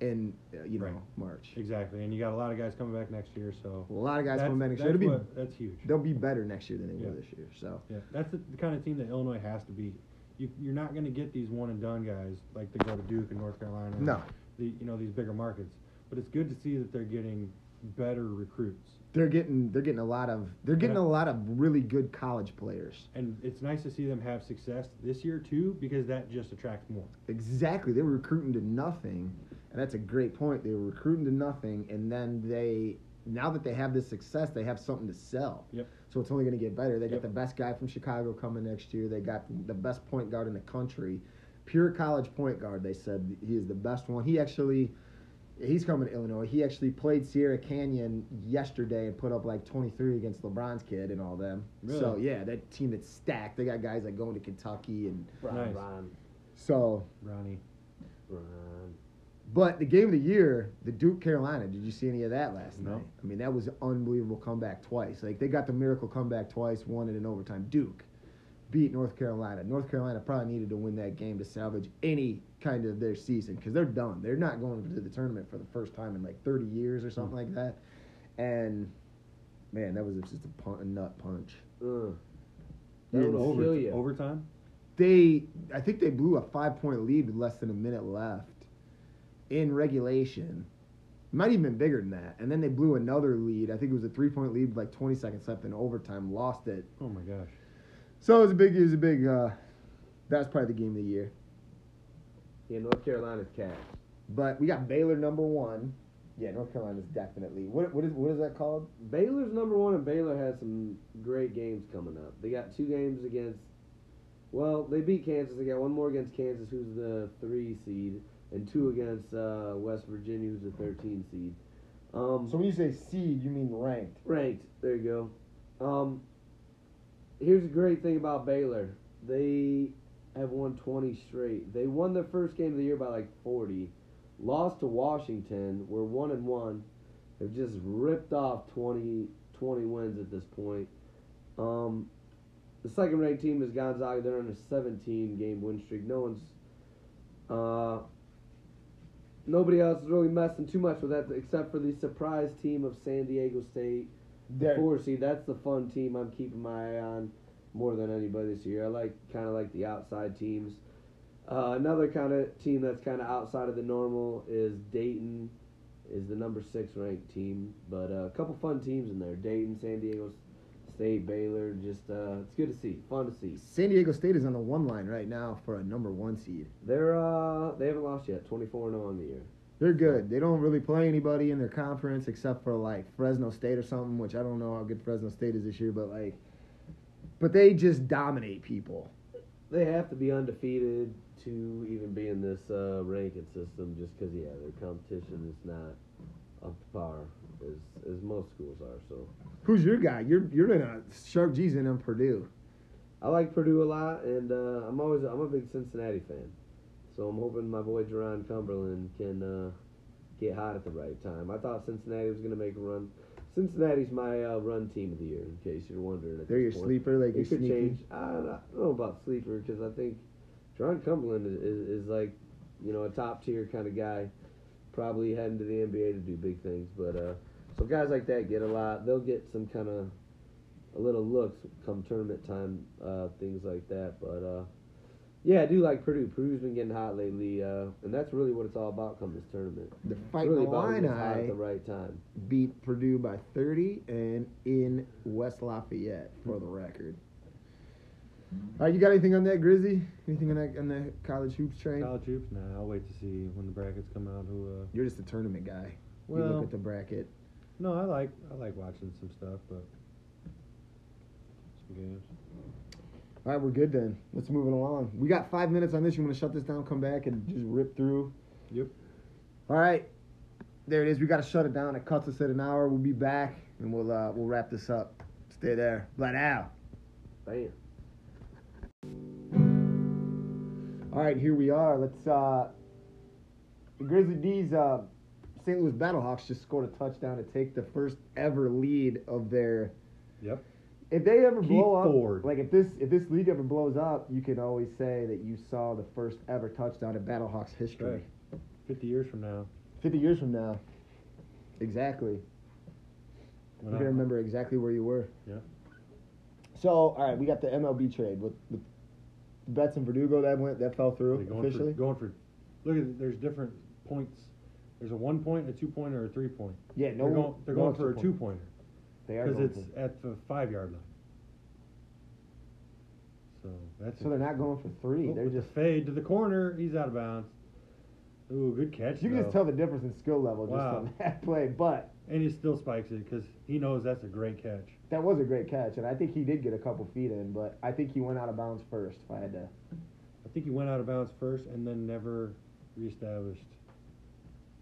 S1: in uh, you know
S4: Right.
S1: March.
S3: Exactly, and you got a lot of guys coming back next year, so
S1: A lot of guys
S3: that's,
S1: coming back next year.
S3: that's
S1: It'll be
S3: what- that's huge.
S1: they'll be better next year than they
S3: Yeah.
S1: were this year. So
S3: Yeah, that's the, the kind of team that Illinois has to be. You, you're not going to get these one and done guys like they go to Duke and North Carolina. and
S1: No.
S3: the, you know these bigger markets. But it's good to see that they're getting better recruits,
S1: they're getting they're getting a lot of they're getting
S3: Yeah.
S1: a lot of really good college players.
S3: and it's nice to see them have success this year too, because that just attracts more.
S1: Exactly, they were recruiting to nothing, and that's a great point. They were recruiting to nothing, and then they now that they have this success, they have something to sell.
S3: Yep.
S1: So it's only going to get better. They got
S3: Yep.
S1: the best guy from Chicago coming next year. They got the best point guard in the country, pure college point guard. They said he is the best one. He actually, he's coming to Illinois. He actually played Sierra Canyon yesterday and put up like 23 against LeBron's kid and all them. So
S3: Really?
S1: yeah, that team that's stacked. They got guys like going to Kentucky and
S2: Ron,
S3: Nice.
S2: Ron,
S1: so.
S3: Ronnie,
S2: Ron.
S1: But the game of the year, the Duke Carolina. Did you see any of that last
S3: No.
S1: night? I mean, that was an unbelievable comeback twice. Like they got the miracle comeback twice, won it in overtime. Duke beat North Carolina. North Carolina probably needed to win that game to salvage any kind of their season because they're done. They're not going to the tournament for the first time in like 30 years or something like that. And man, that was just a, pun- a nut punch.
S2: Ugh.
S1: You
S2: That
S1: didn't
S2: would
S1: see
S2: kill
S1: it.
S2: you.
S3: overtime.
S1: they I think they blew a five point lead with less than a minute left in regulation. Might even been bigger than that. And then they blew another lead. I think it was a three point lead with like twenty seconds left in overtime, lost it.
S3: Oh my gosh,
S1: So it was a big it was a big uh that's probably the game of the year.
S2: Yeah, North Carolina's cat.
S1: But we got Baylor number one. Yeah, North Carolina's definitely. What what is what is that called?
S2: Baylor's number one, and Baylor has some great games coming up. They got two games against. Well, they beat Kansas. They got one more against Kansas, who's the three seed, and two against uh, West Virginia, who's the thirteen seed. Um,
S1: So when you say seed, you mean ranked.
S2: Ranked. There you go. Um, here's a great thing about Baylor. They have won 20 straight. They won their first game of the year by like 40. Lost to Washington. We're one and one. They've just ripped off 20, 20 wins at this point. Um, the second ranked team is Gonzaga. They're on a 17 game win streak. No one's. Uh, Nobody else is really messing too much with that except for the surprise team of San Diego State. The
S1: They're,
S2: four seed, that's the fun team I'm keeping my eye on more than anybody this year. I like kind of like the outside teams. Uh, another kind of team that's kind of outside of the normal is Dayton, is the number six ranked team, but uh, a couple fun teams in there: Dayton, San Diego State, Baylor. Just uh, it's good to see, fun to see.
S1: San Diego State is on the one line right now for a number one seed.
S2: They're uh, they haven't lost yet, 24 and 0 in the year.
S1: They're good. They don't really play anybody in their conference except for like Fresno State or something, which I don't know how good Fresno State is this year, but like, but they just dominate people.
S2: They have to be undefeated to even be in this uh, ranking system, just because yeah, their competition is not up to par as as most schools are. So
S1: Who's your guy? You're you're in a sharp G's in on Purdue.
S2: I like Purdue a lot, and uh, I'm always I'm a big Cincinnati fan. So I'm hoping my boy Jerron Cumberland can uh, get hot at the right time. I thought Cincinnati was gonna make a run. Cincinnati's my uh, run team of the year, in case you're wondering. At
S1: They're your
S2: this point.
S1: sleeper, like your
S2: it could
S1: sneaky.
S2: change. I don't, I don't know about sleeper because I think John Cumberland is, is, is like, you know, a top tier kind of guy, probably heading to the NBA to do big things. But uh, so guys like that get a lot. They'll get some kind of a little looks come tournament time, uh, things like that. But uh, Yeah, I do like Purdue. Purdue's been getting hot lately, uh, and that's really what it's all about come this tournament.
S1: The
S2: It's
S1: fight
S2: really about who's hot at
S1: Illini
S2: the right time.
S1: beat Purdue by 30 and in West Lafayette for the record.
S2: Mm-hmm.
S1: All right, you got anything on that, Grizzy? Anything on that on that college hoops train?
S3: College hoops? Nah, I'll wait to see when the brackets come out. Who? Uh,
S1: You're just a tournament guy. you
S3: well,
S1: look at the bracket.
S3: no, I like I like watching some stuff, but some games.
S1: All right, we're good then. Let's move it along. We got five minutes on this. You want to shut this down, come back, and just rip through?
S3: Yep.
S1: All right, there it is. We got to shut it down. It cuts us at an hour. We'll be back, and we'll uh, we'll wrap this up. Stay there. Let out.
S2: Bam.
S1: All right, here we are. Let's uh the Grizzly D's uh St. Louis Battlehawks just scored a touchdown to take the first ever lead of their
S3: Yep.
S1: If they ever
S3: Keep
S1: blow up,
S3: forward.
S1: like if this if this league ever blows up, you can always say that you saw the first ever touchdown in Battlehawks history.
S3: Right. Fifty years from now,
S1: 50 years from now. Exactly.
S3: when
S1: you
S3: I-
S1: can remember exactly where you were.
S3: Yeah.
S1: So, all right, we got the MLB trade with the Betts and Verdugo that went that fell
S3: they're
S1: through
S3: going
S1: officially.
S3: for going for. Look at there's different points. There's a one point, a two point, or a three point.
S1: yeah, no.
S3: they're going, they're
S1: no
S3: going
S1: extra
S3: for a
S1: point.
S3: two pointer
S1: They are
S3: because
S1: going
S3: it's
S1: for-
S3: at the five yard line. So that's
S1: So they're not going for three.
S3: Oh,
S1: they're
S3: with the
S1: just.
S3: fade to the corner. He's out of bounds. Ooh, good catch.
S1: You can just
S3: though.
S1: tell the difference in skill level just
S3: Wow.
S1: on that [LAUGHS] play. But
S3: and he still spikes it because he knows that's a great catch.
S1: that was a great catch, and I think he did get a couple feet in. But I think he went out of bounds first. If I had to,
S3: I think he went out of bounds first and then never reestablished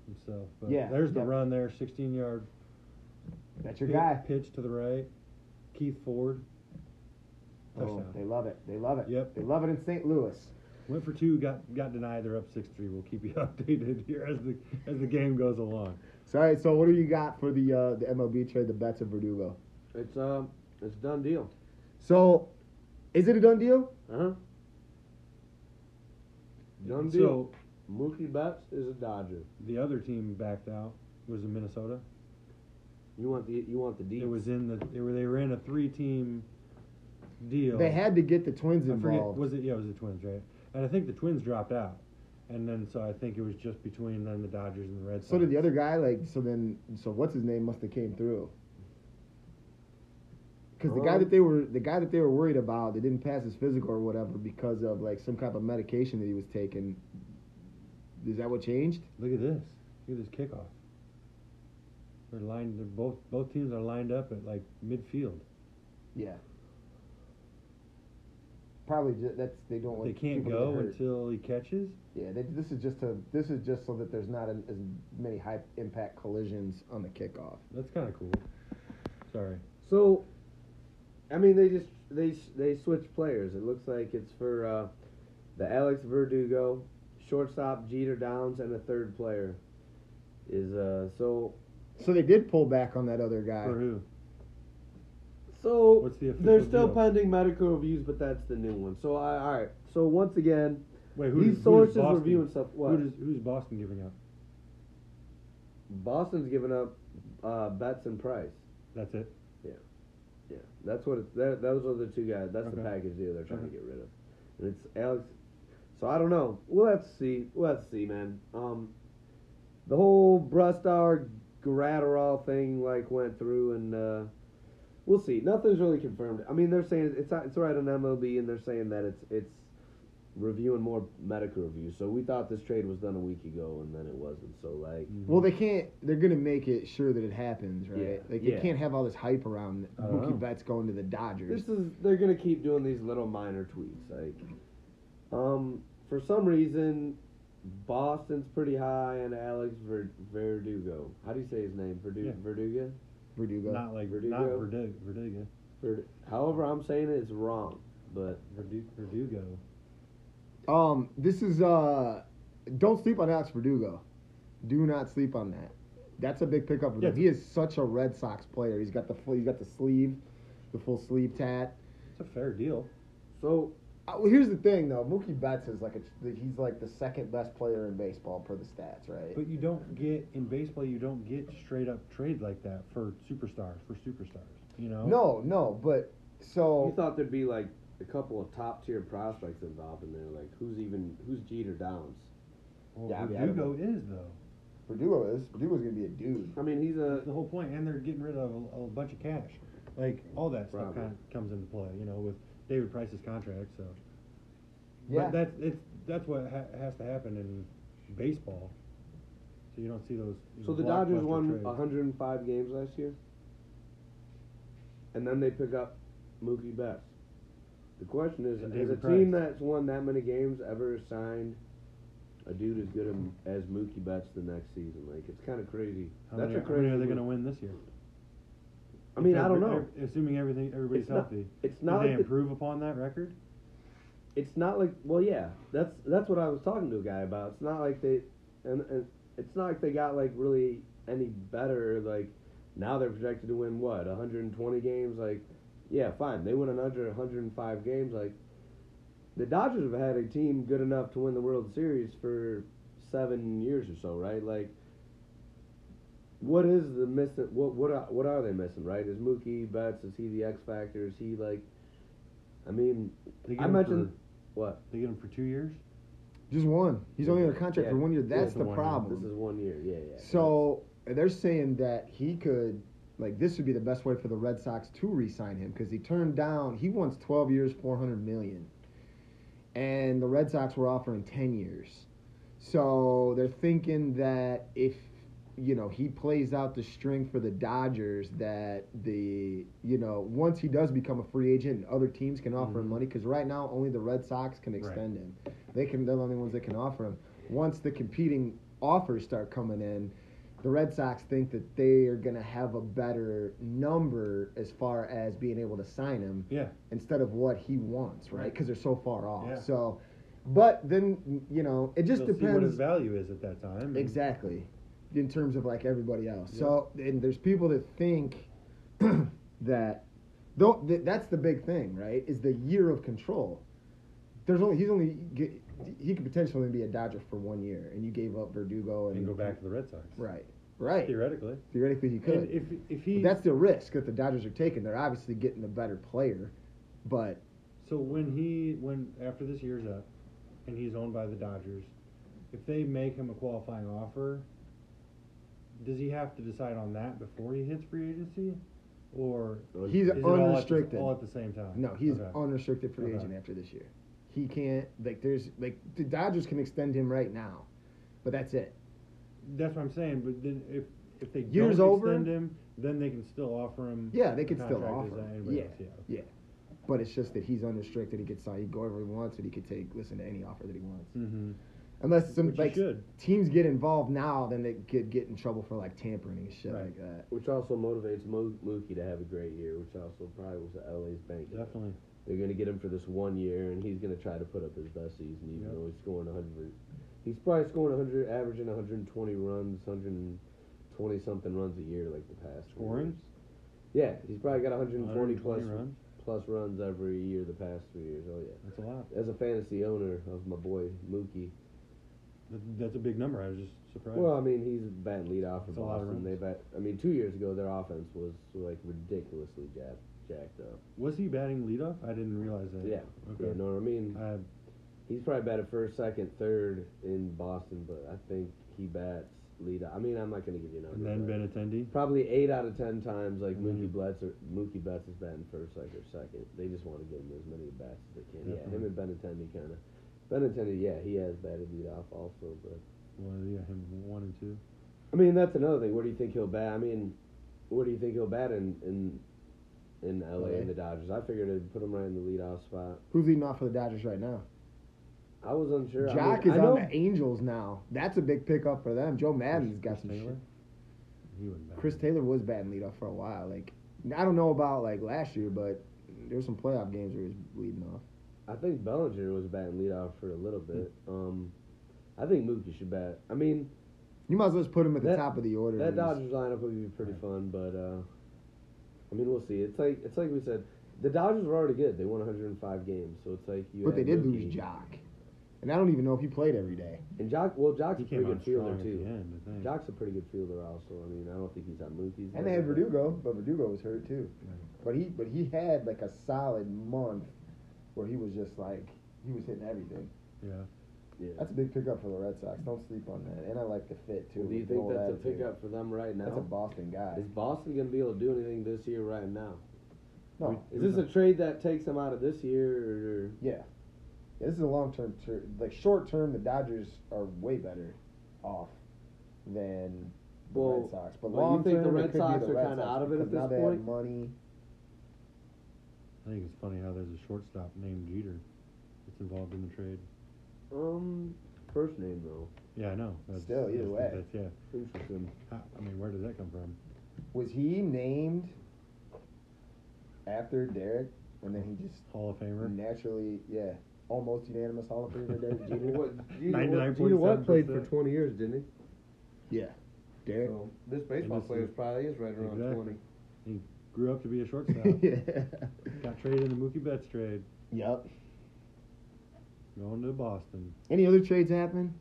S3: himself. But
S1: Yeah,
S3: there's the
S1: yeah.
S3: run there, 16 yard
S1: that's your guy.
S3: pitch to the right. Keith Ford.
S1: Oh,
S3: Touchdown.
S1: they love it. They love it.
S3: Yep.
S1: They love it in St. Louis.
S3: Went for two, got got denied. They're up six three. We'll keep you [LAUGHS] updated here as the as the game goes along.
S1: So, all right. So, what do you got for the uh, the MLB trade, the Betts and Verdugo?
S2: It's um, it's a done deal.
S1: So, is it a done deal?
S2: Uh huh. Done
S3: so
S2: deal. Mookie Betts is a Dodger.
S3: the other team backed out was in Minnesota.
S2: You want the you want the deal.
S3: It was in the they were they were in a three team deal.
S1: They had to get the Twins
S3: I forget
S1: involved.
S3: was it yeah it was the Twins right and I think the Twins dropped out and then so I think it was just between then the Dodgers and the Red Sox.
S1: so did the other guy. Like, so then, so what's his name must have came through. Because the guy
S2: Um,
S1: that they were the guy that they were worried about, they didn't pass his physical or whatever because of like some kind of medication that he was taking. Is that what changed?
S3: Look at this. Look at this kickoff. They're lined. They're both both teams are lined up at like midfield.
S1: Yeah. Probably just, that's they don't.
S3: They
S1: want
S3: can't
S1: people to get
S3: go
S1: hurt.
S3: until he catches.
S1: Yeah, they, this is just to this is just so that there's not an, as many high impact collisions on the kickoff.
S3: That's kind of cool. Sorry.
S2: So, I mean, they just they they switch players. It looks like it's for uh, the Alex Verdugo, shortstop Jeter Downs, and a third player is uh so
S1: So they did pull back on that other guy.
S3: For who?
S2: so.
S3: What's the official
S2: They're still
S3: deal?
S2: pending medical reviews, but that's the new one. So I, all right. So once again,
S3: Wait, who?
S2: these
S3: does- who does
S2: sources
S3: Boston-
S2: reviewing stuff. What
S3: Who does, who's Boston giving up?
S2: Boston's giving up uh, bets and price.
S3: That's it.
S2: Yeah, that's what it's. That, those are the two guys. That's the
S3: Okay.
S2: package deal they're trying
S3: Okay.
S2: to get rid of, and it's Alex. So I don't know. We'll have to see. We'll have to see, man. Um, the whole Brustar Gratterall thing like went through, and uh, we'll see. Nothing's really confirmed. I mean, they're saying it's it's right on MLB, and they're saying that it's it's reviewing more medical reviews. So we thought this trade was done a week ago, and then it wasn't. So like,
S1: Well, they can't. They're gonna make it sure that it happens, right?
S2: Yeah,
S1: Like they
S2: yeah.
S1: can't have all this hype around
S3: I don't
S1: Mookie
S3: know.
S1: Betts going to the Dodgers.
S2: This is they're gonna keep doing these little minor tweaks. Like, um, for some reason, Boston's pretty high on Alex Ver- Verdugo. How do you say his name? Verdu-
S3: Yeah.
S2: Verdugo.
S1: Verdugo.
S3: Not like not
S2: Verdugo?
S3: Verdugo. Verdugo.
S2: Verd- However, I'm saying it is wrong, but
S3: Verdu- Verdugo.
S1: Um, this is uh, don't sleep on Alex Verdugo. Do not sleep on that. That's a big pickup. for them.
S3: Yeah.
S1: He is such a Red Sox player. He's got the full. He's got the sleeve, the full sleeve tat.
S3: It's a fair deal.
S2: so
S1: Uh, well, here's the thing, though. Mookie Betts is like a, he's like the second best player in baseball per the stats, right?
S3: But you don't get in baseball. You don't get straight up trades like that for superstars. For superstars, you know.
S1: No, no, but so
S2: you thought there'd be like a couple of top tier prospects involved in there. Like who's even who's Jeter Downs?
S1: Well,
S3: Well,
S1: yeah, I mean,
S3: Verdugo is though.
S1: Verdugo is Verdugo's gonna be a dude.
S2: I mean he's a
S3: That's the whole point, and they're getting rid of a, a bunch of cash. Like all that stuff
S2: Probably.
S3: kind comes into play, you know, with David Price's contract. So,
S1: Yeah.
S3: but that's it's that's what ha- has to happen in baseball. So you don't see those.
S2: So the Dodgers won 105 games last year, and then they pick up Mookie Betts. The question is,
S3: And
S2: has a
S3: David
S2: team
S3: Price.
S2: that's won that many games ever signed a dude as good am- as Mookie Betts the next season? Like it's kind of crazy.
S3: How
S2: that's
S3: many,
S2: a
S3: how many
S2: crazy.
S3: are they
S2: move.
S3: going to win this year?
S2: I mean,
S3: If
S2: I don't
S3: every-
S2: know.
S3: ev- Assuming everything, everybody's
S2: It's not-
S3: healthy.
S2: It's
S3: Did
S2: not.
S3: they
S2: Like the-
S3: improve upon that record?
S2: it's not like. Well, yeah. That's that's what I was talking to a guy about. It's not like they, and, and it's not like they got like really any better. Like now they're projected to win what 120 games. Like yeah, fine. They win another 105 games. Like the Dodgers have had a team good enough to win the World Series for seven years or so, right? Like, what is the missing? What what are, what are they missing? Right? Is Mookie Betts? Is he the X factor? Is he like? I mean,
S3: They get
S2: I
S3: him
S2: mentioned
S3: for-
S2: what?
S3: They get him for two years.
S1: Just one. He's only under contract
S2: Yeah.
S1: for one year.
S2: Yeah,
S1: That's
S3: for
S1: the
S3: one year.
S1: problem.
S2: This is one year. Yeah, yeah.
S1: So they're saying that he could, like, this would be the best way for the Red Sox to re-sign him because he turned down. He wants 12 years, 400 million, and the Red Sox were offering 10 years. So they're thinking that if you know he plays out the string for the Dodgers, that the you know once he does become a free agent, and other teams can offer
S2: Mm-hmm.
S1: him money because right now only the Red Sox can extend him. They can they're the only ones that can offer him. Once the competing offers start coming in, the Red Sox think that they are going to have a better number as far as being able to sign him
S3: Yeah.
S1: instead of what he wants, right? Because they're so far off.
S3: Yeah.
S1: So, but then you know, it just
S3: You'll See what
S1: depends
S3: his value is at that time. and-
S1: exactly in terms of like everybody else. So, and there's people that think [CLEARS THROAT] that though th- that's the big thing, right? Is the year of control. There's only he's only ge- he could potentially only be a Dodger for one year, and you gave up Verdugo and,
S3: And go back to the Red Sox.
S1: right, right.
S3: Theoretically.
S1: Theoretically, he could.
S3: And if if
S1: But
S3: he
S1: that's the risk that the Dodgers are taking. They're obviously getting a better player, but
S3: So when he when after this year's up, and he's owned by the Dodgers, if they make him a qualifying offer, does he have to decide on that before he hits free agency, or
S2: So
S1: he's
S3: is it all at the-
S1: unrestricted.
S3: all at the same time?
S1: No, he's
S3: Okay.
S1: unrestricted free
S3: Okay.
S1: agent after this year. He can't like there's like the Dodgers can extend him right now, but that's it.
S3: That's what I'm saying. But then if if they
S1: Year's
S3: don't
S1: over?
S3: extend him, then they can still offer him.
S1: Yeah, they
S3: the
S1: could still
S3: contract
S1: offer
S3: as
S1: him.
S3: anybody
S1: Yeah.
S3: else,
S1: But it's just that he's unrestricted. He could sign, he go wherever he wants, and he could take listen to any offer that he wants.
S3: Mm-hmm.
S1: Unless some
S3: Which he
S1: like
S3: should.
S1: teams get involved now, then they could get in trouble for like tampering and shit
S3: Right.
S1: like that.
S2: which also motivates Mo- Mookie to have a great year, which also probably was the LA's bank.
S3: Definitely.
S2: They're gonna get him for this one year, and he's gonna try to put up his best season, even
S3: Yep.
S2: though he's scoring 100. He's probably scoring 100, averaging 120 runs, 120 something runs a year, like the past. few
S3: Scoring?
S2: years. Yeah, he's probably got 140
S3: 120
S2: plus
S3: runs.
S2: plus runs every year the past three years. Oh yeah.
S3: That's a lot.
S2: As a fantasy owner of my boy Mookie,
S3: That- That's a big number. I was just surprised.
S2: well, I mean he's batting leadoff for
S3: That's a lot of
S2: Boston.
S3: runs.
S2: They bat. I mean, two years ago their offense was like ridiculously jacked, jacked up.
S3: was he batting leadoff? I didn't realize that.
S2: Yeah. You
S3: Okay.
S2: know what I mean?
S3: I
S2: He's probably batted first, second, third in Boston, but I think he bats lead. I mean, I'm not going to give you numbers.
S3: And then
S2: but
S3: Ben Mm-hmm. attendee.
S2: probably eight out of ten times, like
S3: And then you-
S2: Mookie Betts or Mookie Betts is batting first, like or second. They just want to give him as many bats as they can. Yeah, him and Benintendi kind of. Benintendi, yeah, he has batted lead off also, but
S3: Well, yeah, him one and two.
S2: I mean that's another thing. Where do you think he'll bat? I mean, where do you think he'll bat in in in LA and the Dodgers? I figured it'd put him right in the leadoff spot.
S1: Who's leading off for the Dodgers right now?
S2: I was unsure.
S1: Jock
S2: I mean,
S1: is
S2: I
S1: on
S2: know
S1: the Angels now. That's a big pickup for them. Joe Madden's got
S3: Chris
S1: some shit.
S3: Taylor. He wouldn't bat.
S1: Chris Taylor was batting leadoff for a while. Like I don't know about like last year, but there were some playoff games where he was leading off.
S2: I think Bellinger was batting leadoff for a little bit. Um, I think Mookie should bat. I mean,
S1: You might as well just put him at the
S2: That-
S1: top of the order.
S2: that
S1: and just-
S2: Dodgers lineup would be pretty fun, but uh, I mean, we'll see. It's like it's like we said, the Dodgers were already good. They won 105 games, so it's like you.
S1: but they
S2: add
S1: did
S2: Mookie.
S1: lose Jock, and I don't even know if he played every day.
S2: And Jock, well, Jock's
S3: He
S2: a pretty
S3: came
S2: good
S3: out strong
S2: fielder
S3: at the
S2: too.
S3: end, I think.
S2: Jock's a pretty good fielder also. I mean, I don't think he's on Mookie's. uh,
S1: And they had
S2: level.
S1: Verdugo, but Verdugo was hurt too. But he but he had like a solid month where he was just like he was hitting everything.
S3: Yeah.
S2: Yeah.
S1: That's a big pickup for the Red Sox. Don't sleep on that. And I like the fit too.
S2: Well, do you
S1: with
S2: think
S1: Noel
S2: that's a
S1: Addison.
S2: pickup for them right
S1: That's a
S2: now?
S1: Boston guy.
S2: Is Boston gonna be able to do anything this year right now?
S1: No,
S2: Is this a trade that takes them out of this year? Or
S1: yeah. Yeah, This is a long term. Ter- like short term, the Dodgers are way better off than the
S2: Well,
S1: Red Sox. But
S2: well, you
S1: long
S2: think the
S1: term, it
S2: Red
S1: could be
S2: Sox
S1: the
S2: are
S1: Red
S2: kinda
S1: Sox
S2: out of it at
S1: because
S2: this
S1: now they
S2: point?
S1: Have money.
S3: I think it's funny how there's a shortstop named Jeter that's involved in the trade.
S2: um, first name though.
S3: Yeah, I know. That's,
S1: Still, either
S3: I think
S1: way.
S3: That's, yeah.
S2: Interesting.
S3: How, I mean, where does that come from?
S1: Was he named after Derek, and then he just
S3: Hall of Famer.
S1: naturally, yeah, almost unanimous Hall of Famer Derek Jeter?
S2: [LAUGHS] Well, what, Gina, what,
S3: 99.7%.
S2: Gina Watt played for twenty years, didn't he?
S1: Yeah, Derek. [LAUGHS]
S2: So this
S3: baseball this player's is-
S2: probably is right
S3: around Exactly. 20. Grew up to be a shortstop.
S1: [LAUGHS] yeah.
S3: Got traded in the Mookie Betts trade.
S1: Yep.
S3: Going to Boston.
S1: Any other trades happen?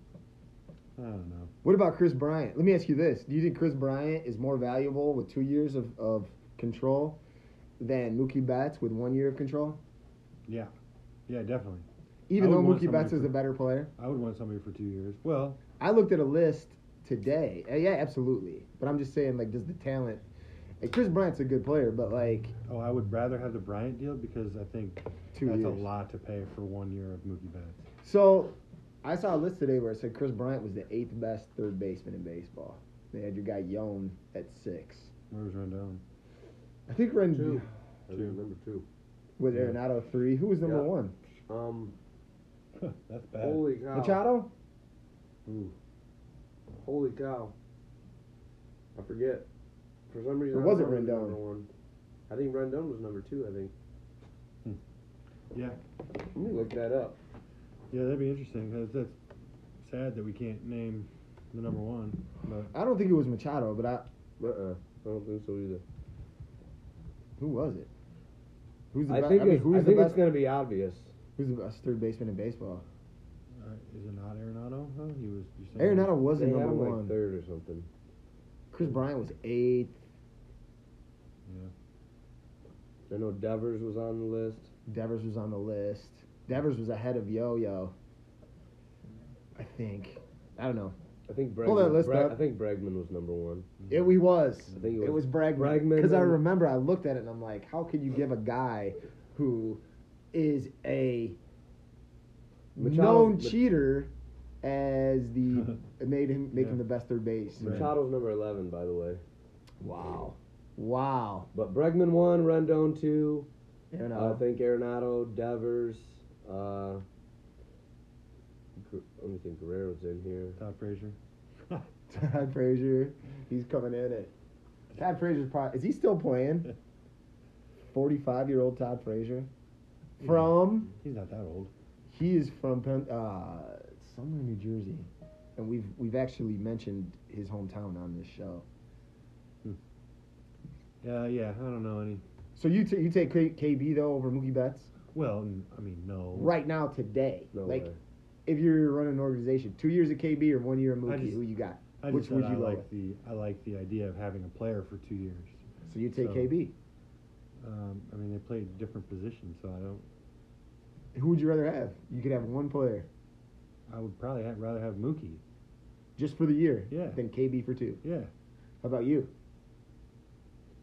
S3: I don't know.
S1: What about Chris Bryant? Let me ask you this: Do you think Chris Bryant is more valuable with two years of, of control than Mookie Betts with one year of control?
S3: Yeah. Yeah, definitely.
S1: Even
S3: I
S1: though
S3: would want
S1: Mookie Betts
S3: somebody
S1: is
S3: for-
S1: a better player,
S3: I would want somebody for two years. Well,
S1: I looked at a list today. Uh, yeah, absolutely. But I'm just saying, like, does the talent? Like, Chris Bryant's a good player, but like
S3: oh, I would rather have the Bryant deal because I think
S1: two
S3: that's
S1: years.
S3: a lot to pay for one year of Mookie Betts.
S1: So, I saw a list today where it said Chris Bryant was the eighth best third baseman in baseball. They had your guy Yone at six.
S3: Where was Rendon?
S1: I think Rendon
S2: Two. I
S3: Two.
S2: remember two.
S1: with
S3: Yeah.
S1: Arenado three. Who was number
S2: Yeah.
S1: one?
S2: Um,
S3: Huh, [LAUGHS] that's bad.
S2: holy cow!
S1: Machado.
S3: Ooh.
S2: Holy cow! I forget. For some reason,
S1: It
S2: I
S1: wasn't
S2: remember
S1: Rendon.
S2: number One. I think Rendon was number two. I think.
S3: Yeah.
S2: Let me look that up.
S3: Yeah, that'd be interesting because that's sad that we can't name the number one. But
S1: I don't think it was Machado, but I
S2: Uh, uh I don't think so either.
S1: who was it? Who's the
S2: I
S1: best?
S2: think,
S1: I mean,
S2: it's,
S1: who's
S2: I
S1: the
S2: think it's
S1: best?
S2: going to be obvious.
S1: Who's the best third baseman in baseball?
S3: uh, is it not Arenado? Huh? He was. You're saying-
S1: Arenado wasn't
S2: They had
S1: number
S2: him, like,
S1: one.
S2: third or something.
S1: Chris Bryant was eighth.
S2: I know Devers was on the list.
S1: Devers was on the list. Devers was ahead of Yo Yo. I think. I don't know.
S2: I think Bregman.
S1: Pull that list
S2: Breg-
S1: up.
S2: I think Bregman was number one.
S1: It we was.
S2: I think
S1: It was Bregman.
S2: Bregman
S1: Because I
S2: and-
S1: remember I looked at it and I'm like, how could you give a guy who is a
S2: Machado-
S1: known
S2: Ma-
S1: cheater as
S2: [LAUGHS]
S3: [LAUGHS]
S1: the made him make him
S3: Yeah.
S1: the best third baseman?
S2: Machado's number eleven, by the way.
S1: Wow. Wow.
S2: But Bregman one, Rendon two. I
S1: Arenado.
S2: think Arenado, Devers. Uh, Gu- let me think. Guerrero's in here.
S3: Todd Frazier.
S1: [LAUGHS] Todd Frazier. He's coming in it. Todd Frazier's probably is he still
S3: [LAUGHS]
S1: playing? Forty five year old Todd Frazier. From
S3: He's not that old.
S1: he is from Pen- uh somewhere in New Jersey. And we've we've actually mentioned his hometown on this show.
S3: Yeah, yeah. I don't know any.
S1: So you t- you take K- KB though over Mookie Betts
S3: Well, n- I mean, no.
S1: right now today.
S2: No
S1: like
S2: way.
S1: if you're running an organization, two years of KB or one year of
S3: I
S1: Mookie,
S3: just-
S1: who you got?
S3: I just
S1: Which
S3: said
S1: would
S3: I
S1: you
S3: like the I like the idea of having a player for two years.
S1: So you take
S3: So-
S1: KB.
S3: Um, I mean, they played different positions, so I don't.
S1: Who would you rather have? You could have one player
S3: I would probably ha rather have Mookie.
S1: just for the year,
S3: Yeah.
S1: than KB for two.
S3: Yeah,
S1: How about you?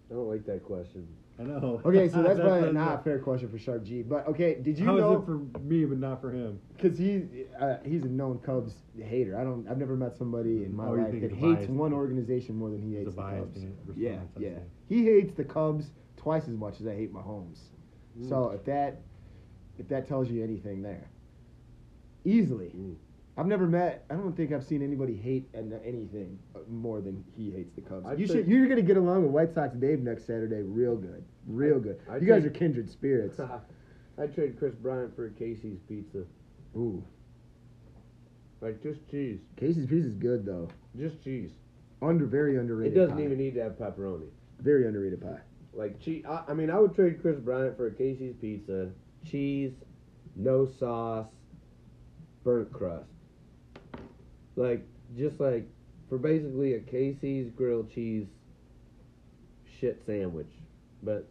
S2: I don't like that question.
S3: I know.
S1: [LAUGHS] Okay, so that's probably
S3: [LAUGHS] that's
S1: not a fair question for Sharp G. But okay, did you
S3: How is it
S1: know?
S3: for me but not for him?
S1: Because he uh, he's a known Cubs hater. I don't. I've never met somebody in my
S3: Oh, you
S1: life
S3: think
S1: that
S3: it's
S1: hates
S3: biased.
S1: one organization more than he
S3: It's
S1: hates
S3: a
S1: the
S3: biased
S1: Cubs.
S3: in- response.
S1: Yeah,
S3: I
S1: yeah.
S3: see.
S1: He hates the Cubs twice as much as I hate Mahomes.
S2: Mm.
S1: So if that if that tells you anything, there easily.
S2: Mm.
S1: I've never met. I don't think I've seen anybody hate an- anything uh, more than he hates the Cubs.
S2: I'd
S1: you
S2: say-
S1: should. You're gonna get along with White Sox Dave next Saturday, real good, real good.
S2: I'd
S1: you guys
S2: say-
S1: are kindred
S2: [LAUGHS]
S1: spirits.
S2: I'd trade Chris Bryant for Casey's pizza.
S1: Ooh,
S2: Like just cheese,
S1: Casey's Pizza is good though.
S2: just cheese.
S1: Under very
S2: It
S1: underrated.
S2: doesn't
S1: pie.
S2: even need to have pepperoni.
S1: very underrated pie.
S2: Like cheese. I, I mean, I would trade Chris Bryant for a Casey's pizza, cheese, no sauce, burnt crust. Like just like for basically a Casey's grilled cheese shit sandwich, but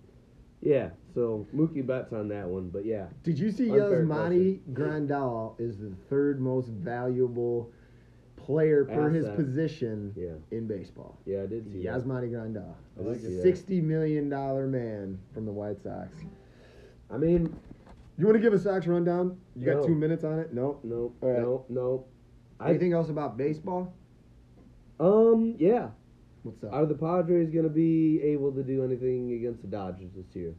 S2: Yeah, so Mookie bets on that one, but yeah,
S1: Did you see
S2: Unfair
S1: Yasmani Grandal is the third most valuable player per his
S2: Asset.
S1: position
S2: yeah,
S1: in baseball?
S2: yeah, I did see that.
S1: Yasmani Grandal,
S2: I did see that.
S1: sixty million dollar man from the White Sox.
S2: I mean,
S1: You want to give a Sox rundown? You got
S2: No.
S1: two minutes on it? No.
S2: no,
S1: All right.
S2: no, no. I think
S1: Anything else about baseball?
S2: um, yeah.
S1: What's up?
S2: Are the Padres going to be able to do anything against the Dodgers this year?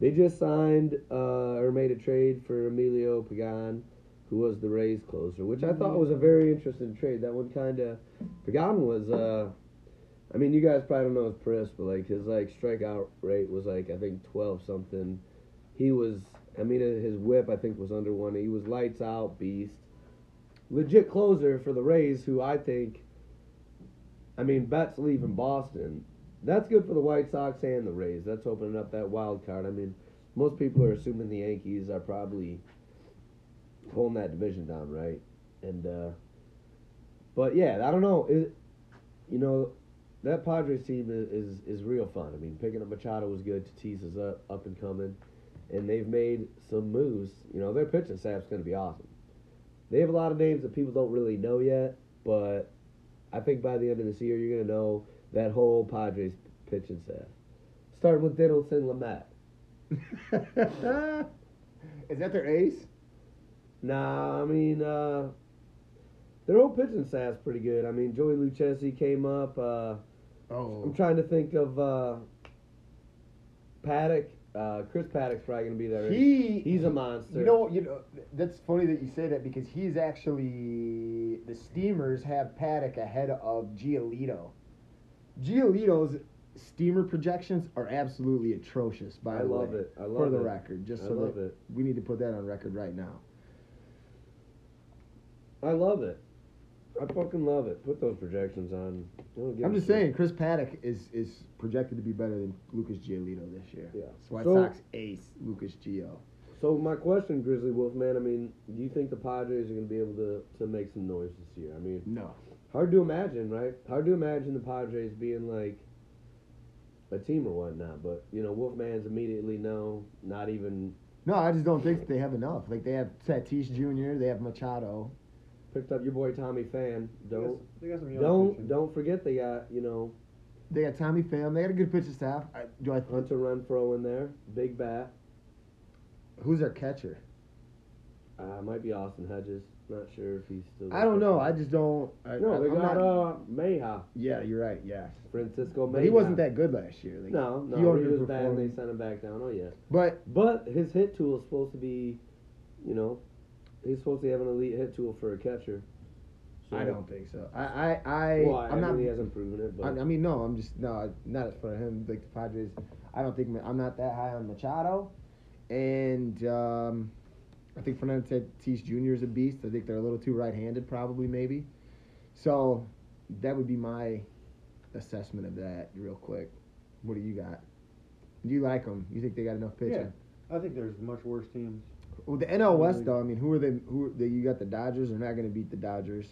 S2: They just signed uh, or made a trade for Emilio Pagan, who was the Rays closer, which I thought was a very interesting trade. That one kind of Pagan was. Uh, I mean, you guys probably don't know his Paris, but like his like strikeout rate was like I think twelve something. He was. I mean, uh, his WHIP I think was under one. He was lights out beast, legit closer for the Rays, who I think. I mean, Betts leaving Boston. That's good for the White Sox and the Rays. That's opening up that wild card. I mean, most people are assuming the Yankees are probably pulling that division down, right? And uh but yeah, I don't know. It, you know, that Padres team is, is is real fun. I mean, picking up Machado was good. Tatis is up, up and coming, and they've made some moves. You know, their pitching staff's going to be awesome. They have a lot of names that people don't really know yet, but I think by the end of this year, you're gonna know that whole Padres pitching staff, starting with Diddleton Lamet.
S1: [LAUGHS] is that their ace?
S2: Nah, I mean, uh, their whole pitching staff's pretty good. I mean, Joey Lucchesi came up. Uh, I'm
S1: Oh,
S2: trying to think of uh, Paddock. Uh, Chris Paddock's probably gonna be there.
S1: he
S2: He's a monster.
S1: You know, you know. That's funny that you say that because he's actually the Steamers have Paddock ahead of Giolito. Giolito's Steamer projections are absolutely atrocious. By
S2: I
S1: the
S2: love
S1: way,
S2: it. I love
S1: for the
S2: it.
S1: record, just
S2: I
S1: so
S2: love
S1: that
S2: it.
S1: we need to put that on record right now.
S2: I love it. I fucking love it. Put those projections on. Don't give
S1: I'm
S2: a
S1: just
S2: shit.
S1: saying, Chris Paddock is is projected to be better than Lucas Giolito this year.
S2: Yeah.
S1: It's White
S2: So-
S1: Sox ace Lucas Gio.
S2: So my question, Grizzly Wolf man, I mean, do you think the Padres are going to be able to, to make some noise this year? I mean,
S1: No,
S2: hard to imagine, right? Hard to imagine the Padres being like a team or whatnot. But you know, Wolfman's immediately no, not even
S1: no, I just don't think they have enough. Like they have Tatis Jr., they have Machado.
S2: picked up your boy Tommy Fan. Don't
S4: They got some young
S2: don't
S4: pitching.
S2: don't forget they got you know
S1: They got Tommy Pham. They got a good pitching staff. I, do I?
S2: Hunter Renfro in there, big bat.
S1: Who's their catcher?
S2: Uh, might be Austin Hedges. Not sure if he's still.
S1: I don't know. I just don't. I,
S2: no,
S1: I,
S2: they
S1: I'm
S2: got
S1: not-
S2: uh Mayha,
S1: yeah, you're right. Yeah,
S2: Francisco Mayha.
S1: but he wasn't that good last year. Like,
S2: No, no,
S1: he
S2: he, was
S1: underperformed.
S2: bad. and They sent him back down. Oh yeah.
S1: But
S2: But his hit tool is supposed to be, you know, he's supposed to have an elite hit tool for a catcher. So-
S1: I don't think so. I, I, I
S2: Well, I
S1: I'm not.
S2: mean, he hasn't proven it, but
S1: I, I mean, no, I'm just no, I- not for him. Like the Padres, I don't think I'm not that high on Machado, and um, I think Fernando Tatis Jr. is a beast. I think they're a little too right-handed, probably maybe. So that would be my assessment of that, real quick. What do you got? You like them? You think they got enough pitching?
S4: I think there's much worse teams.
S1: Well, the NL West though. I mean, who are they? Who are they, you got? The Dodgers are not going to beat the Dodgers.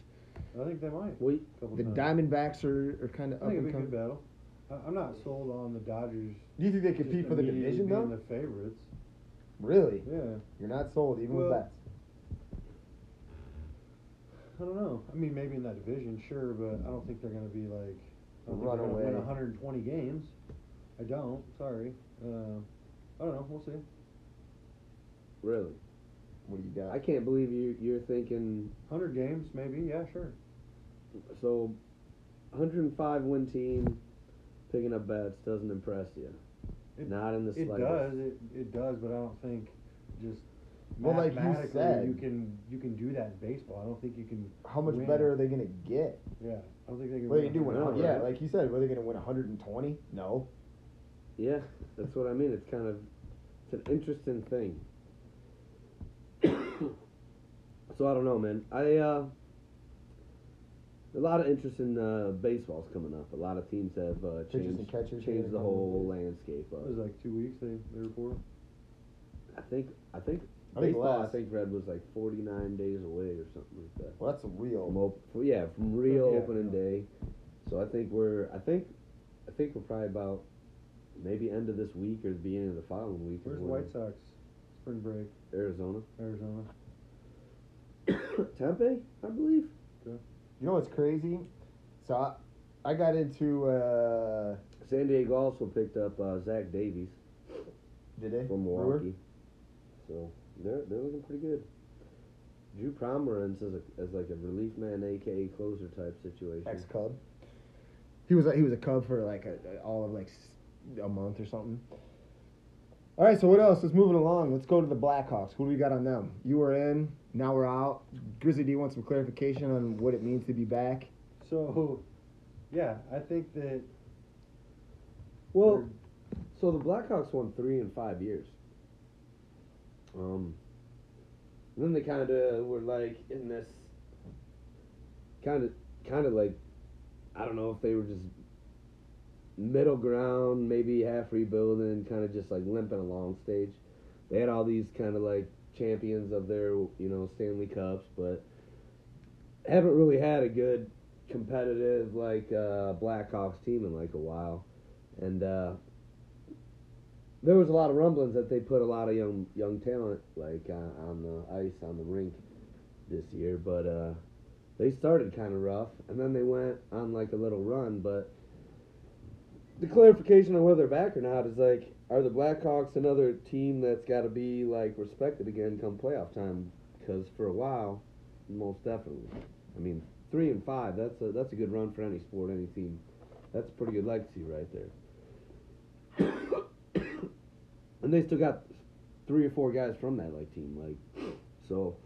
S4: I think they might.
S2: we
S4: a couple
S1: The
S4: times.
S1: Diamondbacks are, are kind of
S4: Uh-huh. I think it'd
S1: up and
S4: be a good
S1: coming.
S4: battle. I- I'm not sold on the Dodgers.
S1: Do you think they
S4: just
S1: compete for the
S4: immediately
S1: division
S4: being
S1: though?
S4: The favorites.
S1: Really?
S4: Yeah.
S1: You're not sold even with
S4: Well-
S1: that.
S4: I don't know. I mean, maybe in that division, sure, but I don't think they're going to be like I don't think they're gonna
S1: Runaway.
S4: Win 120 games. I don't. Sorry. Uh, I don't know. We'll see.
S2: really.
S1: What do you got?
S2: I can't believe you. You're thinking
S4: 100 games, maybe. Yeah, sure.
S2: so. 105 win team picking up bats doesn't impress you.
S4: It-
S2: Not in the
S4: It
S2: slightest.
S4: does. It, it does, but I don't think just
S1: Well, like you
S4: mathematically
S1: said-
S4: you can you can do that in baseball. I don't think you can.
S1: How much
S4: win.
S1: better are they gonna get?
S4: Yeah, I don't think they can.
S1: Well, you do win.
S2: win a
S1: a
S2: hundred,
S1: yeah,
S2: right?
S1: like you said, were they gonna win 120? No.
S2: Yeah, that's what I mean. It's kind of it's an interesting thing. [COUGHS] so I don't know, man. I uh a lot of interesting uh baseball's coming up. A lot of teams have uh
S1: Pitchers
S2: changed,
S1: and catchers
S2: changed the
S1: are
S2: whole
S1: coming.
S2: landscape
S4: It was
S2: of
S4: like two weeks. They they report.
S2: I think I think
S1: I think
S2: baseball I
S1: last-
S2: think red was like forty nine days away or something like that.
S1: Well, that's a
S2: From
S1: real.
S2: op- from- yeah, from real
S4: Yeah,
S2: opening
S4: yeah.
S2: day. So I think we're I think I think we're probably about maybe end of this week or the beginning of the following week. is
S4: Where's
S2: when
S4: White Sox? Spring break,
S2: [CLEARS THROAT] Arizona.
S4: Arizona.
S2: Tempe, I believe.
S1: You know what's crazy? So I, I got into. Uh,
S2: San Diego also picked up uh, Zach Davies
S1: did they?
S2: from
S1: Brewer?
S2: Milwaukee. So they're they're looking pretty good. Drew Pomeranz is a, is like a relief man, aka closer type situation.
S1: ex Cub. He was he was a Cub for like a, all of like s- a month or something. All right, so what else? Let's move it along. Let's go to the Blackhawks. Who do we got on them? You were in, now we're out. Grizzly, do you want some clarification on what it means to be back?
S4: So, [LAUGHS] yeah, I think that
S2: Well, so the Blackhawks won three in five years. Um, then they kind of were like in this kind of kind of like I don't know if they were just middle ground, maybe half rebuilding, kind of just like limping along stage. They had all these kind of like champions of their you know Stanley Cups, but haven't really had a good competitive like uh, Blackhawks team in like a while, and uh, there was a lot of rumblings that they put a lot of young young talent like on, on the ice on the rink this year, but uh, they started kind of rough, and then they went on like a little run. But the clarification on whether they're back or not is like, are the Blackhawks another team that's got to be like respected again come playoff time? Because for a while, most definitely. I mean, three and five. That's a that's a good run for any sport, any team. That's a pretty good legacy right there. and they still got three or four guys from that like team, like so.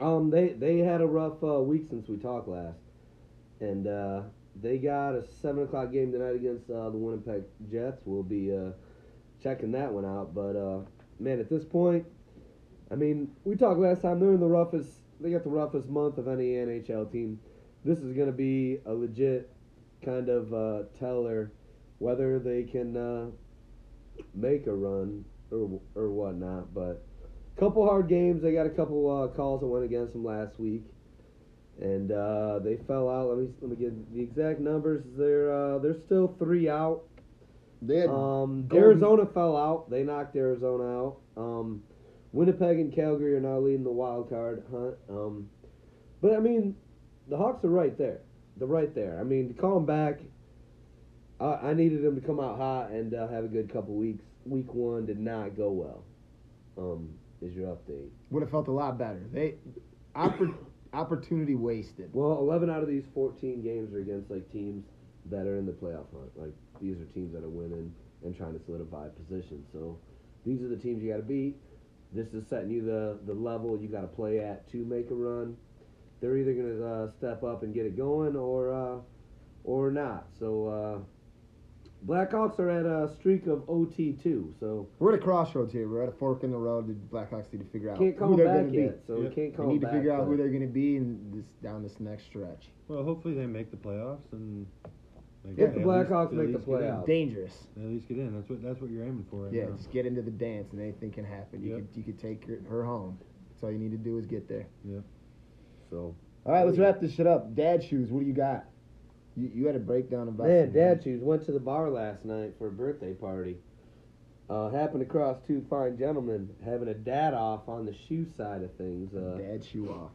S2: Um, they they had a rough uh, week since we talked last, and uh, they got a seven o'clock game tonight against uh, the Winnipeg Jets. We'll be uh, checking that one out, but uh, man, at this point, I mean, we talked last time. They're in the roughest. They got the roughest month of any NHL team. This is going to be a legit kind of uh, teller whether they can uh, make a run or or whatnot. But couple hard games. They got a couple uh, calls that went against them last week, and uh, they fell out. Let me let me get the exact numbers. They're uh, they're still three out.
S1: They had
S2: Um,
S1: Golden-
S2: Arizona fell out. They knocked Arizona out. Um, Winnipeg and Calgary are now leading the wild card hunt. Um, but I mean, the Hawks are right there. They're right there. I mean, to call them back, I, I needed them to come out hot and uh, have a good couple weeks. Week one did not go well. Um, is your update?
S1: would have felt a lot better. They oppor- opportunity wasted.
S2: Well, eleven out of these fourteen games are against like teams that are in the playoff hunt. Like these are teams that are winning and trying to solidify position. So these are the teams you got to beat. This is setting you the the level you got to play at to make a run. They're either gonna uh, step up and get it going or uh, or not. So uh, Blackhawks are at a streak of OT two. So
S1: We're at a crossroads here. We're at a fork in the road. The Blackhawks need to figure out
S2: can't
S1: who
S2: call
S1: they're
S2: back
S1: going to be.
S2: yet. So
S4: Yep.
S2: can't
S1: They
S2: call
S1: need to
S2: back.
S1: figure out who
S2: but-
S1: they're going to be in this down this next stretch.
S3: Well, hopefully they make the playoffs and. They
S1: If
S3: get-
S1: the
S3: at least-
S2: Blackhawks
S3: at
S2: make the
S3: least get in.
S2: playoffs.
S1: Dangerous.
S3: At least get in. That's what that's what you're aiming for. Right
S1: Yeah,
S3: now.
S1: just get into the dance and anything can happen. You
S3: Yep.
S1: could you could take her, her home. That's all you need to do is get there.
S2: So
S1: All right, let's wrap this shit up. Dad shoes. What do you got? You, you had a breakdown about
S2: Man,
S1: some-
S2: Dad Shoes went to the bar last night for a birthday party. Uh, happened across two fine gentlemen having a dad off on the shoe side of things. Uh,
S1: Dad shoe off.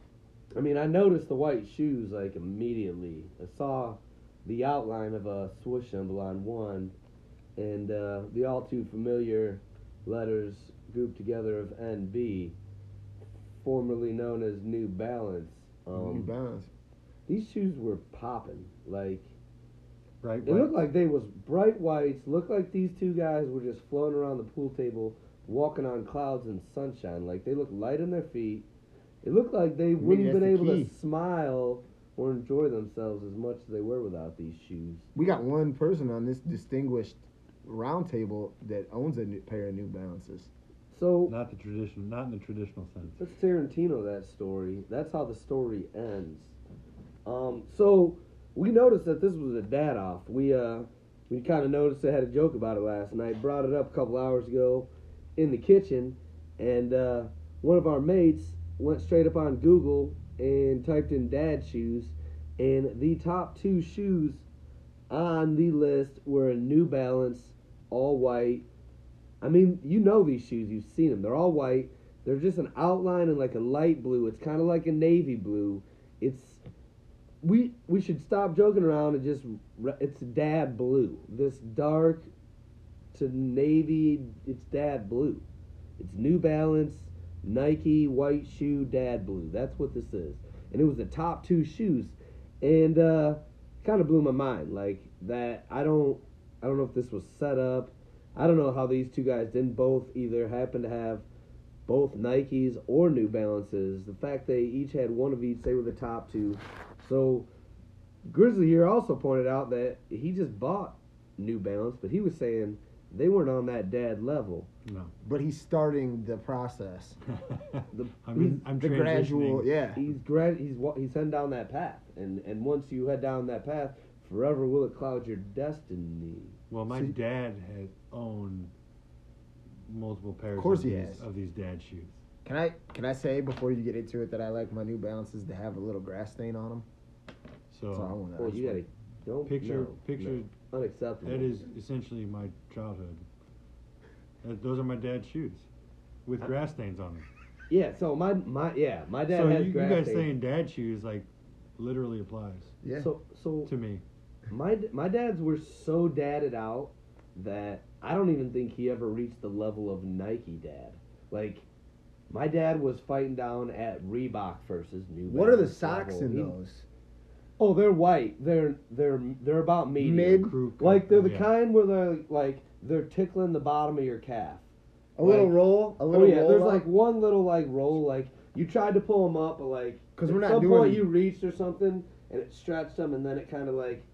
S2: I mean, I noticed the white shoes like immediately. I saw the outline of a swoosh symbol on one, and uh, the all too familiar letters grouped together of NB, formerly known as New Balance.
S1: New
S2: Um,
S1: Balance.
S2: these shoes were popping like.
S3: Right.
S2: It looked like they was bright whites. Looked like these two guys were just floating around the pool table, walking on clouds in sunshine. Like they looked light on their feet. It looked like they wouldn't have
S1: that's
S2: been
S1: the
S2: able
S1: key.
S2: to smile or enjoy themselves as much as they were without these shoes.
S1: We got one person on this distinguished round table that owns a new, pair of New Balances.
S2: So
S3: Not the traditional. Not in the traditional sense.
S2: That's Tarantino. That story. That's how the story ends. Um, so we noticed that this was a dad off. We uh, we kind of noticed. I had a joke about it last night. Brought it up a couple hours ago, in the kitchen, and uh, one of our mates went straight up on Google and typed in dad shoes, and the top two shoes on the list were a New Balance all white. I mean, you know these shoes. You've seen them. They're all white. They're just an outline and like a light blue. It's kind of like a navy blue. It's we we should stop joking around and just re- it's dad blue. This dark to navy. It's dad blue. It's New Balance Nike white shoe dad blue. That's what this is. And it was the top two shoes, and uh, kind of blew my mind. Like that. I don't. I don't know if this was set up. I don't know how these two guys didn't both either happen to have both Nikes or New Balances. The fact they each had one of each, they were the top two. So Grizzly here also pointed out that he just bought New Balance, but he was saying they weren't on that dad level.
S3: No. [LAUGHS]
S1: But he's starting the process.
S2: The-
S3: I mean, I'm
S1: the gradual,
S3: transitioning.
S1: yeah.
S2: He's grad. He's wa- he's heading down that path, and and once you head down that path, forever will it cloud your destiny.
S3: Well, my
S1: See-
S3: dad has owned multiple pairs.
S1: Of course
S3: of
S1: he
S3: these,
S1: has.
S3: of these dad shoes.
S1: Can I can I say before you get into it that I like my New Balances to have a little grass stain on them? That's all I
S3: So
S1: want to
S2: Boy, Oh, you gotta don't
S3: picture
S2: no,
S3: picture
S2: no. unacceptable.
S3: that is essentially my childhood. That, those are my dad's shoes, with
S2: I-
S3: grass stains on them.
S2: yeah. So my my yeah, my dad
S3: so
S2: has
S3: you, you
S2: grass
S3: guys
S2: stains.
S3: saying dad shoes like literally applies
S1: Yeah.
S2: So so
S3: to me.
S2: My d- my dad's were so dadded out that I don't even think he ever reached the level of Nike dad. Like my dad was fighting down at Reebok versus New.
S1: what are the
S2: Balance
S1: socks
S2: level.
S1: in
S2: He-
S1: those?
S2: Oh, they're white. They're they're they're about medium.
S1: Mid?
S3: Crew cut,
S2: Like they're the
S3: yeah.
S2: kind where they're like they're tickling the bottom of your calf.
S1: A little
S2: Like-
S1: roll, a
S2: Oh
S1: little
S2: yeah,
S1: roll.
S2: there's
S1: up?
S2: like one little like roll like you tried to pull them up, but like
S1: 'Cause
S2: at
S1: we're not
S2: some
S1: doing
S2: point
S1: it.
S2: you reached or something and it stretched them, and then it kind of like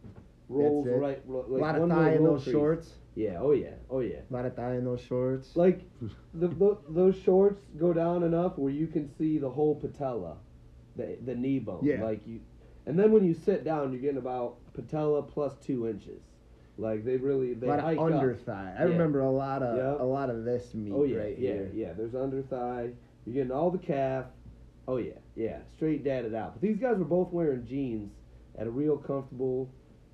S2: rolls
S1: That's it.
S2: right. Ro-
S1: a
S2: like
S1: lot
S2: one
S1: of
S2: little
S1: thigh in
S2: roll
S1: those
S2: crease.
S1: shorts.
S2: Yeah. Oh yeah. Oh yeah.
S1: A lot of thigh in those shorts.
S2: Like the, tho- those shorts go down enough where you can see the whole patella, the the knee bone.
S1: Yeah.
S2: Like you, and then when you sit down, you're getting about patella plus two inches. Like they really
S1: a
S2: they
S1: lot
S2: hike
S1: of
S2: up.
S1: under thigh. I
S2: Yeah.
S1: remember a lot of
S2: Yep.
S1: a lot of this meat
S2: Oh yeah,
S1: right
S2: yeah,
S1: here.
S2: yeah. There's under thigh. You're getting all the calf. Oh yeah, yeah. Straight dadded out. But these guys were both wearing jeans at a real comfortable,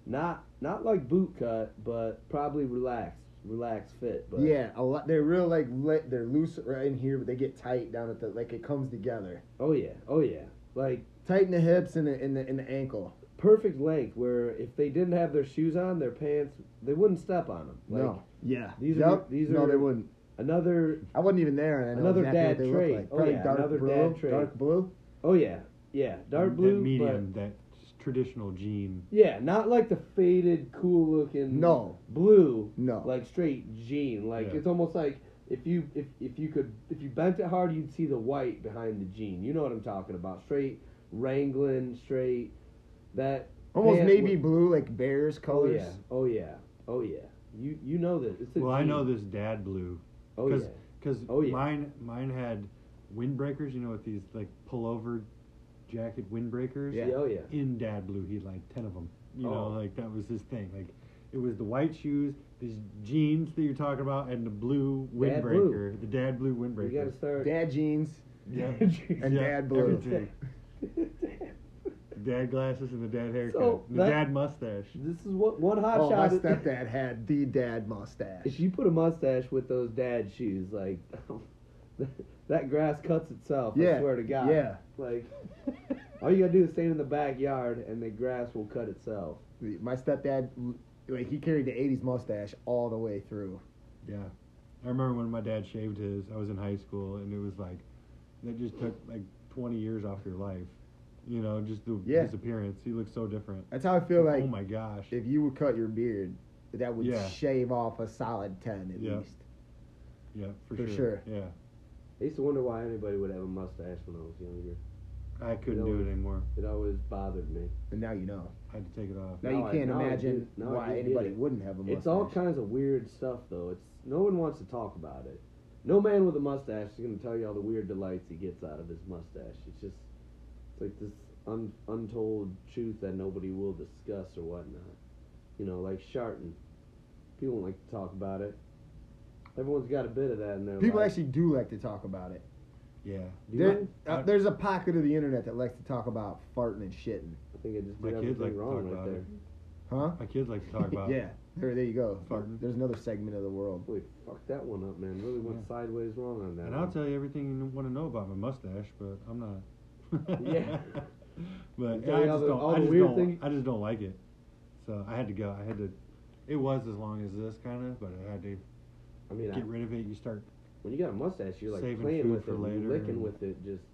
S2: not not like boot cut, but probably relaxed, relaxed fit. But
S1: Yeah, a lot. They're real like lit, they're loose right in here, but they get tight down at the like it comes together.
S2: Oh yeah, oh yeah. Like
S1: Tight in the hips and the in the in the ankle.
S2: perfect length. Where if they didn't have their shoes on, their pants they wouldn't step on them. Like
S1: no. Yeah.
S2: these are-
S1: yep.
S2: these
S1: no,
S2: are-
S1: they wouldn't.
S2: another.
S1: I wasn't even there, and I know
S2: Another
S1: exactly
S2: dad
S1: what they
S2: trait.
S1: look like.
S2: Oh,
S1: Probably
S2: yeah,
S1: dark
S2: another
S1: blue,
S2: dad trait.
S1: dark blue.
S2: Oh yeah, yeah. Dark blue,
S3: that
S2: but
S3: medium, that traditional jean.
S2: yeah, not like the faded, cool looking.
S1: No,
S2: Blue,
S1: no.
S2: like straight jean. Like
S3: Yeah.
S2: it's almost like if you if if you could if you bent it hard, you'd see the white behind the jean. You know what I'm talking about? Straight Wrangling, straight that.
S1: almost
S2: pant
S1: navy
S2: with-
S1: blue, like bears
S2: Oh
S1: colors.
S2: yeah, oh yeah, oh yeah. You you know this. It's a
S3: Well, I
S2: jean.
S3: know this dad blue
S2: Oh yeah.
S3: 'cause- because
S2: Oh, yeah.
S3: mine mine had windbreakers. You know, with these like pullover jacket windbreakers.
S1: Yeah.
S2: yeah, oh yeah.
S3: In dad blue, he had like ten of them. You know,
S2: Oh.
S3: like that was his thing. Like it was the white shoes, these jeans that you're talking about, and the blue
S2: Dad
S3: windbreaker, the dad blue
S2: You gotta
S3: windbreaker.
S2: start.
S1: Dad jeans.
S3: Yeah.
S2: [LAUGHS]
S1: And dad blue.
S3: Everything. Dad glasses and the dad haircut.
S2: So,
S3: the
S2: that-
S3: dad mustache.
S2: This is what one hot
S1: Oh, my
S2: shot.
S1: stepdad had the dad mustache.
S2: [LAUGHS] If you put a mustache with those dad shoes, like [LAUGHS] that grass cuts itself.
S1: Yeah,
S2: I swear to God.
S1: yeah.
S2: Like all you gotta do is stand in the backyard, and the grass will cut itself.
S1: My stepdad, like he carried the '80s mustache all the way through.
S3: Yeah. I remember when my dad shaved his, I was in high school, and it was like, that just took like 20 years off your life. You know, just the,
S1: Yeah.
S3: his appearance. He looked so different.
S1: That's how I feel like
S3: oh my gosh.
S1: if you would cut your beard, that would
S3: Yeah.
S1: shave off a solid ten at
S3: Yeah.
S1: least.
S3: yeah, for,
S1: for
S3: sure.
S1: sure.
S3: Yeah.
S2: I used to wonder why anybody would have a mustache when I was younger.
S3: I couldn't
S2: You know,
S3: do it anymore.
S2: It always bothered me.
S1: And now you know.
S3: I had to take it off.
S1: Now
S2: Now
S1: you
S2: I-
S1: can't
S2: now I
S1: imagine
S2: do- now I do
S1: why
S2: get
S1: anybody
S2: it.
S1: wouldn't have a mustache.
S2: It's all kinds of weird stuff, though. It's no one wants to talk about it. No man with a mustache is going to tell you all the weird delights he gets out of his mustache. It's just it's like this un, untold truth that nobody will discuss or whatnot. You know, like sharting. People don't like to talk about it. Everyone's got a bit of that in their
S1: People
S2: life.
S1: actually do like to talk about it.
S3: Yeah.
S2: Do you
S1: There-
S2: mind?
S1: uh, there's a pocket of the internet that likes to talk about farting and shitting.
S2: I think I just
S3: My
S2: did everything
S3: kids like to
S2: wrong
S3: talk
S2: right
S3: about
S2: there.
S3: it.
S1: Huh?
S3: My kids like to
S1: [LAUGHS]
S3: talk about.
S1: yeah. There, there you go.
S3: Farting.
S1: There's another segment of the world.
S2: Boy, fuck that one up, man. Really went
S3: Yeah.
S2: sideways wrong on that.
S3: And I'll
S2: one.
S3: tell you everything you want to know about my mustache, but I'm not.
S2: Yeah.
S3: [LAUGHS] But
S2: You tell
S3: I
S2: me
S3: just
S2: all the- all
S3: don't. I
S2: the
S3: just
S2: weird
S3: don't.
S2: thing-
S3: I just don't like it. So I had to go. I had to. It was as long as this kind of, but I had to
S2: I mean, I,
S3: get rid of it. You start.
S2: when you got a mustache, you're like
S3: Saving
S2: playing
S3: food
S2: with
S3: for
S2: it, you
S3: later
S2: licking
S3: and-
S2: with it, just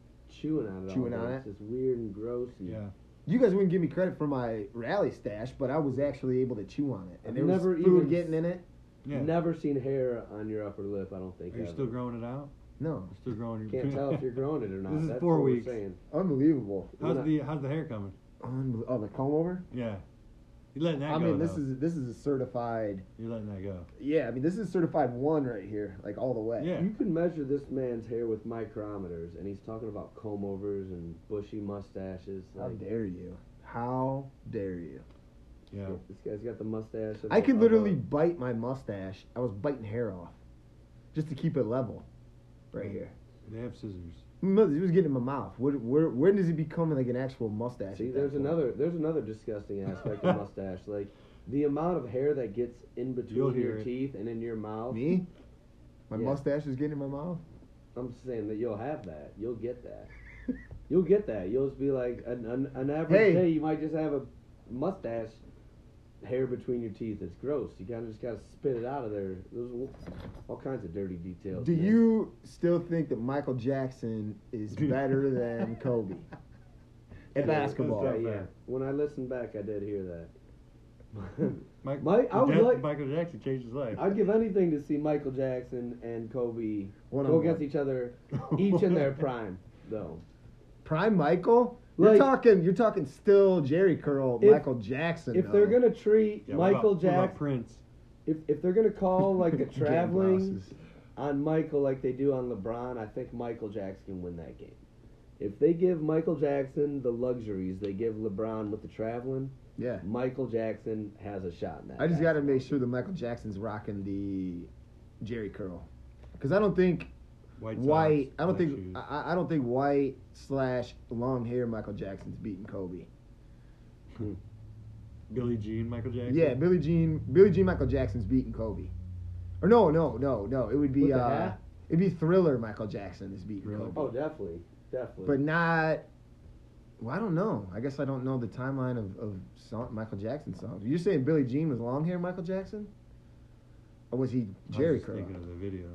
S2: chewing on it. all
S1: Chewing
S2: day.
S1: on
S2: It's just weird and gross. And
S3: Yeah.
S1: You guys wouldn't give me credit for my rally stash, but I was actually able to chew on it, and
S2: I've
S1: there was
S2: never
S1: food
S2: even
S1: getting in it.
S3: Yeah.
S2: Never seen hair on your upper lip. I don't think.
S3: Are you
S2: ever.
S3: still growing it out?
S1: No,
S3: You're still growing your. [LAUGHS]
S2: Can't tell if you're growing it or not.
S3: This is
S2: That's
S3: four
S2: what
S3: weeks.
S2: We're saying.
S1: unbelievable.
S2: We're
S3: How's
S2: not-
S3: the How's the hair coming?
S1: Unbel- oh, the comb over.
S3: Yeah. You're letting that
S1: I
S3: go.
S1: mean, this
S3: though.
S1: is this is a certified.
S3: You're letting that go.
S1: Yeah, I mean, this is certified one right here, like all the way.
S3: Yeah.
S2: You can measure this man's hair with micrometers, and he's talking about comb overs and bushy mustaches.
S1: How
S2: Like,
S1: dare you? How dare you?
S3: Yeah.
S2: This guy's got the mustache. of
S1: I
S2: a-
S1: could
S2: of
S1: literally
S2: a-
S1: bite my mustache. I was biting hair off, just to keep it level, right here.
S3: They have scissors.
S1: No, It was getting in my mouth. Where, where, when does it become like an actual mustache?
S2: See,
S1: at that
S2: there's
S1: point?
S2: another there's another disgusting aspect
S1: [LAUGHS]
S2: of mustache. Like the amount of hair that gets in
S3: You'll
S2: between
S3: hear
S2: your
S3: it.
S2: teeth and in your mouth.
S1: Me? My
S2: Yeah.
S1: mustache is getting in my mouth?
S2: I'm just saying that you'll have that. You'll get
S1: [LAUGHS]
S2: that. You'll get that. You'll just be like an an, an average
S1: Hey.
S2: day. You might just have a mustache hair between your teeth. It's gross. You kind of just gotta spit it out of there. There's all- all kinds of dirty details.
S1: Do
S2: man.
S1: you still think that Michael Jackson is better
S2: [LAUGHS]
S1: than Kobe at
S2: Yeah,
S1: basketball?
S2: Yeah,
S3: That's not
S2: yeah.
S3: fair.
S2: When I listened back, I did hear that. [LAUGHS]
S3: Mike,
S2: Mike- I would
S3: Jack-
S2: like-
S3: Michael Jackson changed his life. [LAUGHS]
S2: I'd give anything to see Michael Jackson and Kobe
S1: One
S2: go
S1: on
S2: against
S1: one.
S2: each other, each in
S1: [LAUGHS]
S2: their prime, though.
S1: Prime Michael? You're
S2: Like-
S1: talking. You're talking still Jerry curl,
S2: If-
S1: Michael Jackson.
S2: If they're
S1: though.
S2: gonna treat
S3: Yeah, what about-
S2: Michael
S3: what about
S2: Jackson,
S3: Prince.
S2: if if they're gonna
S1: [LAUGHS]
S2: call like a
S1: Getting
S2: traveling
S1: blouses.
S2: on Michael like they do on LeBron, I think Michael Jackson can win that game. If they give Michael Jackson the luxuries they give LeBron with the traveling,
S1: yeah.
S2: Michael Jackson has a shot in that.
S1: I just got to
S2: basketball.
S1: make sure that Michael Jackson's rocking the Jerry curl, because I don't think
S3: White. Sox,
S1: white. I don't
S3: black
S1: think
S3: shoes.
S1: I, I- I don't think white slash long hair Michael Jackson's beating Kobe.
S3: Billy Jean, Michael Jackson.
S1: Yeah, Billy Jean, Billy Jean, Michael Jackson's beating Kobe. Or no, no, no, no. It would
S2: With
S1: be
S2: the
S1: uh,
S2: hat?
S1: it'd be Thriller. Michael Jackson is beating
S3: Really?
S1: Kobe,
S2: Oh, definitely, definitely.
S1: but not. Well, I don't know. I guess I don't know the timeline of of song, Michael Jackson songs. You're saying Billy Jean was long hair Michael Jackson, or was he
S3: I was
S1: Jerry
S3: just
S1: curl?
S3: Thinking of the video.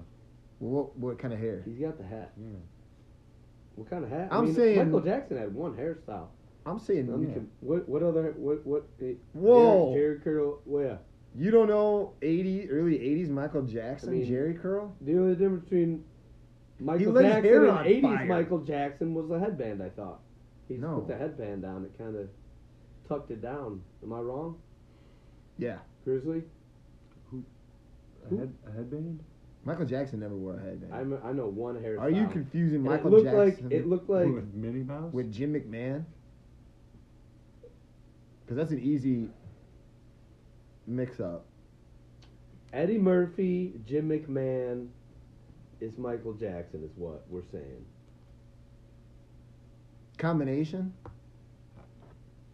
S1: What what kind of hair?
S2: He's got the hat.
S3: Yeah.
S2: What kind of hat?
S1: I'm saying-
S2: Michael Jackson had one hairstyle.
S1: I'm saying
S2: Um, What what other what what? eh,
S1: Whoa.
S2: Jerry, Jerry curl. Well, yeah.
S1: you don't know eighty early '80s Michael Jackson
S2: I mean,
S1: Jerry curl.
S2: The only difference between Michael
S1: let his
S2: Jackson
S1: hair
S2: and
S1: on
S2: 80s
S1: fire.
S2: Michael Jackson was the headband. I thought he just
S1: No.
S2: put the headband on. It kind of tucked it down. Am I wrong,
S1: Yeah,
S2: Grizzly?
S3: A, head, a headband.
S1: Michael Jackson never wore a headband.
S2: I I know one hairstyle.
S1: Are you confusing
S2: And
S1: Michael
S2: it looked
S1: Jackson
S2: like it looked like
S3: with Minnie Mouse.
S1: with Jim McMahon? Because that's an easy mix-up.
S2: Eddie Murphy, Jim McMahon, is Michael Jackson. Is what we're saying.
S1: Combination,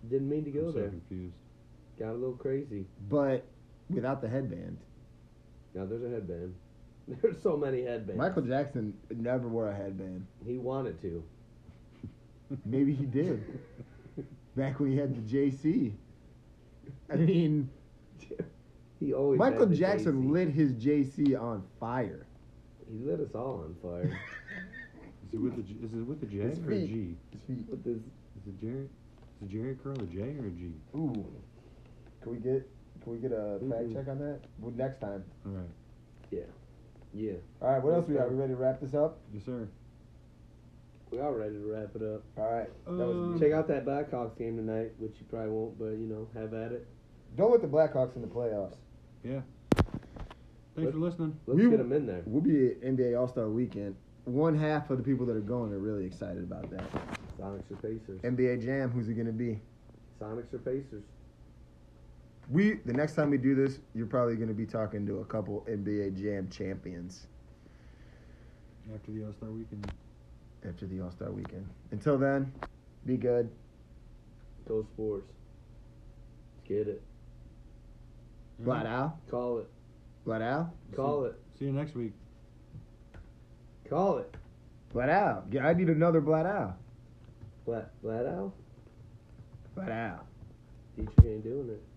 S2: Didn't mean to
S3: I'm
S2: go
S3: so
S2: there.
S3: confused.
S2: Got a little crazy.
S1: but without the headband.
S2: Now there's a headband. [LAUGHS] There's so many headbands.
S1: Michael Jackson never wore a headband.
S2: He wanted to. [LAUGHS]
S1: Maybe he did. Back when he had the JC. I mean,
S2: He always. had
S1: Michael
S2: the
S1: Jackson
S2: JC.
S1: lit his JC on fire.
S2: He lit us all on fire
S3: Is it with the J- is it with the J
S1: It's
S3: or a
S1: feet.
S3: G?
S2: with this
S3: Is it Jerry? Is it Jerry curl a J or a G?
S1: [LAUGHS] Ooh. Can we get can we get a fact
S2: Mhm.
S1: check on that? Well, next time.
S3: All right.
S2: Yeah,
S1: All right. What else we got?
S2: Okay.
S1: We ready to wrap this up?
S3: Yes, sir.
S2: we all ready to wrap it up.
S1: All right. That was
S3: Um,
S2: Check out that Blackhawks game tonight, which you probably won't, but you know, have at it.
S1: Don't let the Blackhawks in the playoffs.
S3: Thanks for listening.
S2: Let's
S1: We-
S2: get them in there.
S1: We'll be at NBA All Star Weekend. One half of the people that are going are really excited about that.
S2: Sonics or Pacers.
S1: NBA Jam. Who's it gonna be?
S2: Sonics or Pacers.
S1: We the next time we do this, you're probably gonna be talking to a couple NBA Jam champions
S3: After the All Star weekend.
S1: after the All Star Weekend. Until then, be good.
S2: Go Sports. Let's get it.
S3: Mm-hmm.
S1: Flat out.
S2: Call it.
S1: Flat out.
S2: Call it.
S3: See you next week.
S2: Call it.
S1: Flat out. Yeah, I need another flat out.
S2: Flat, flat out.
S1: Flat out.
S2: Dietrich ain't doing it.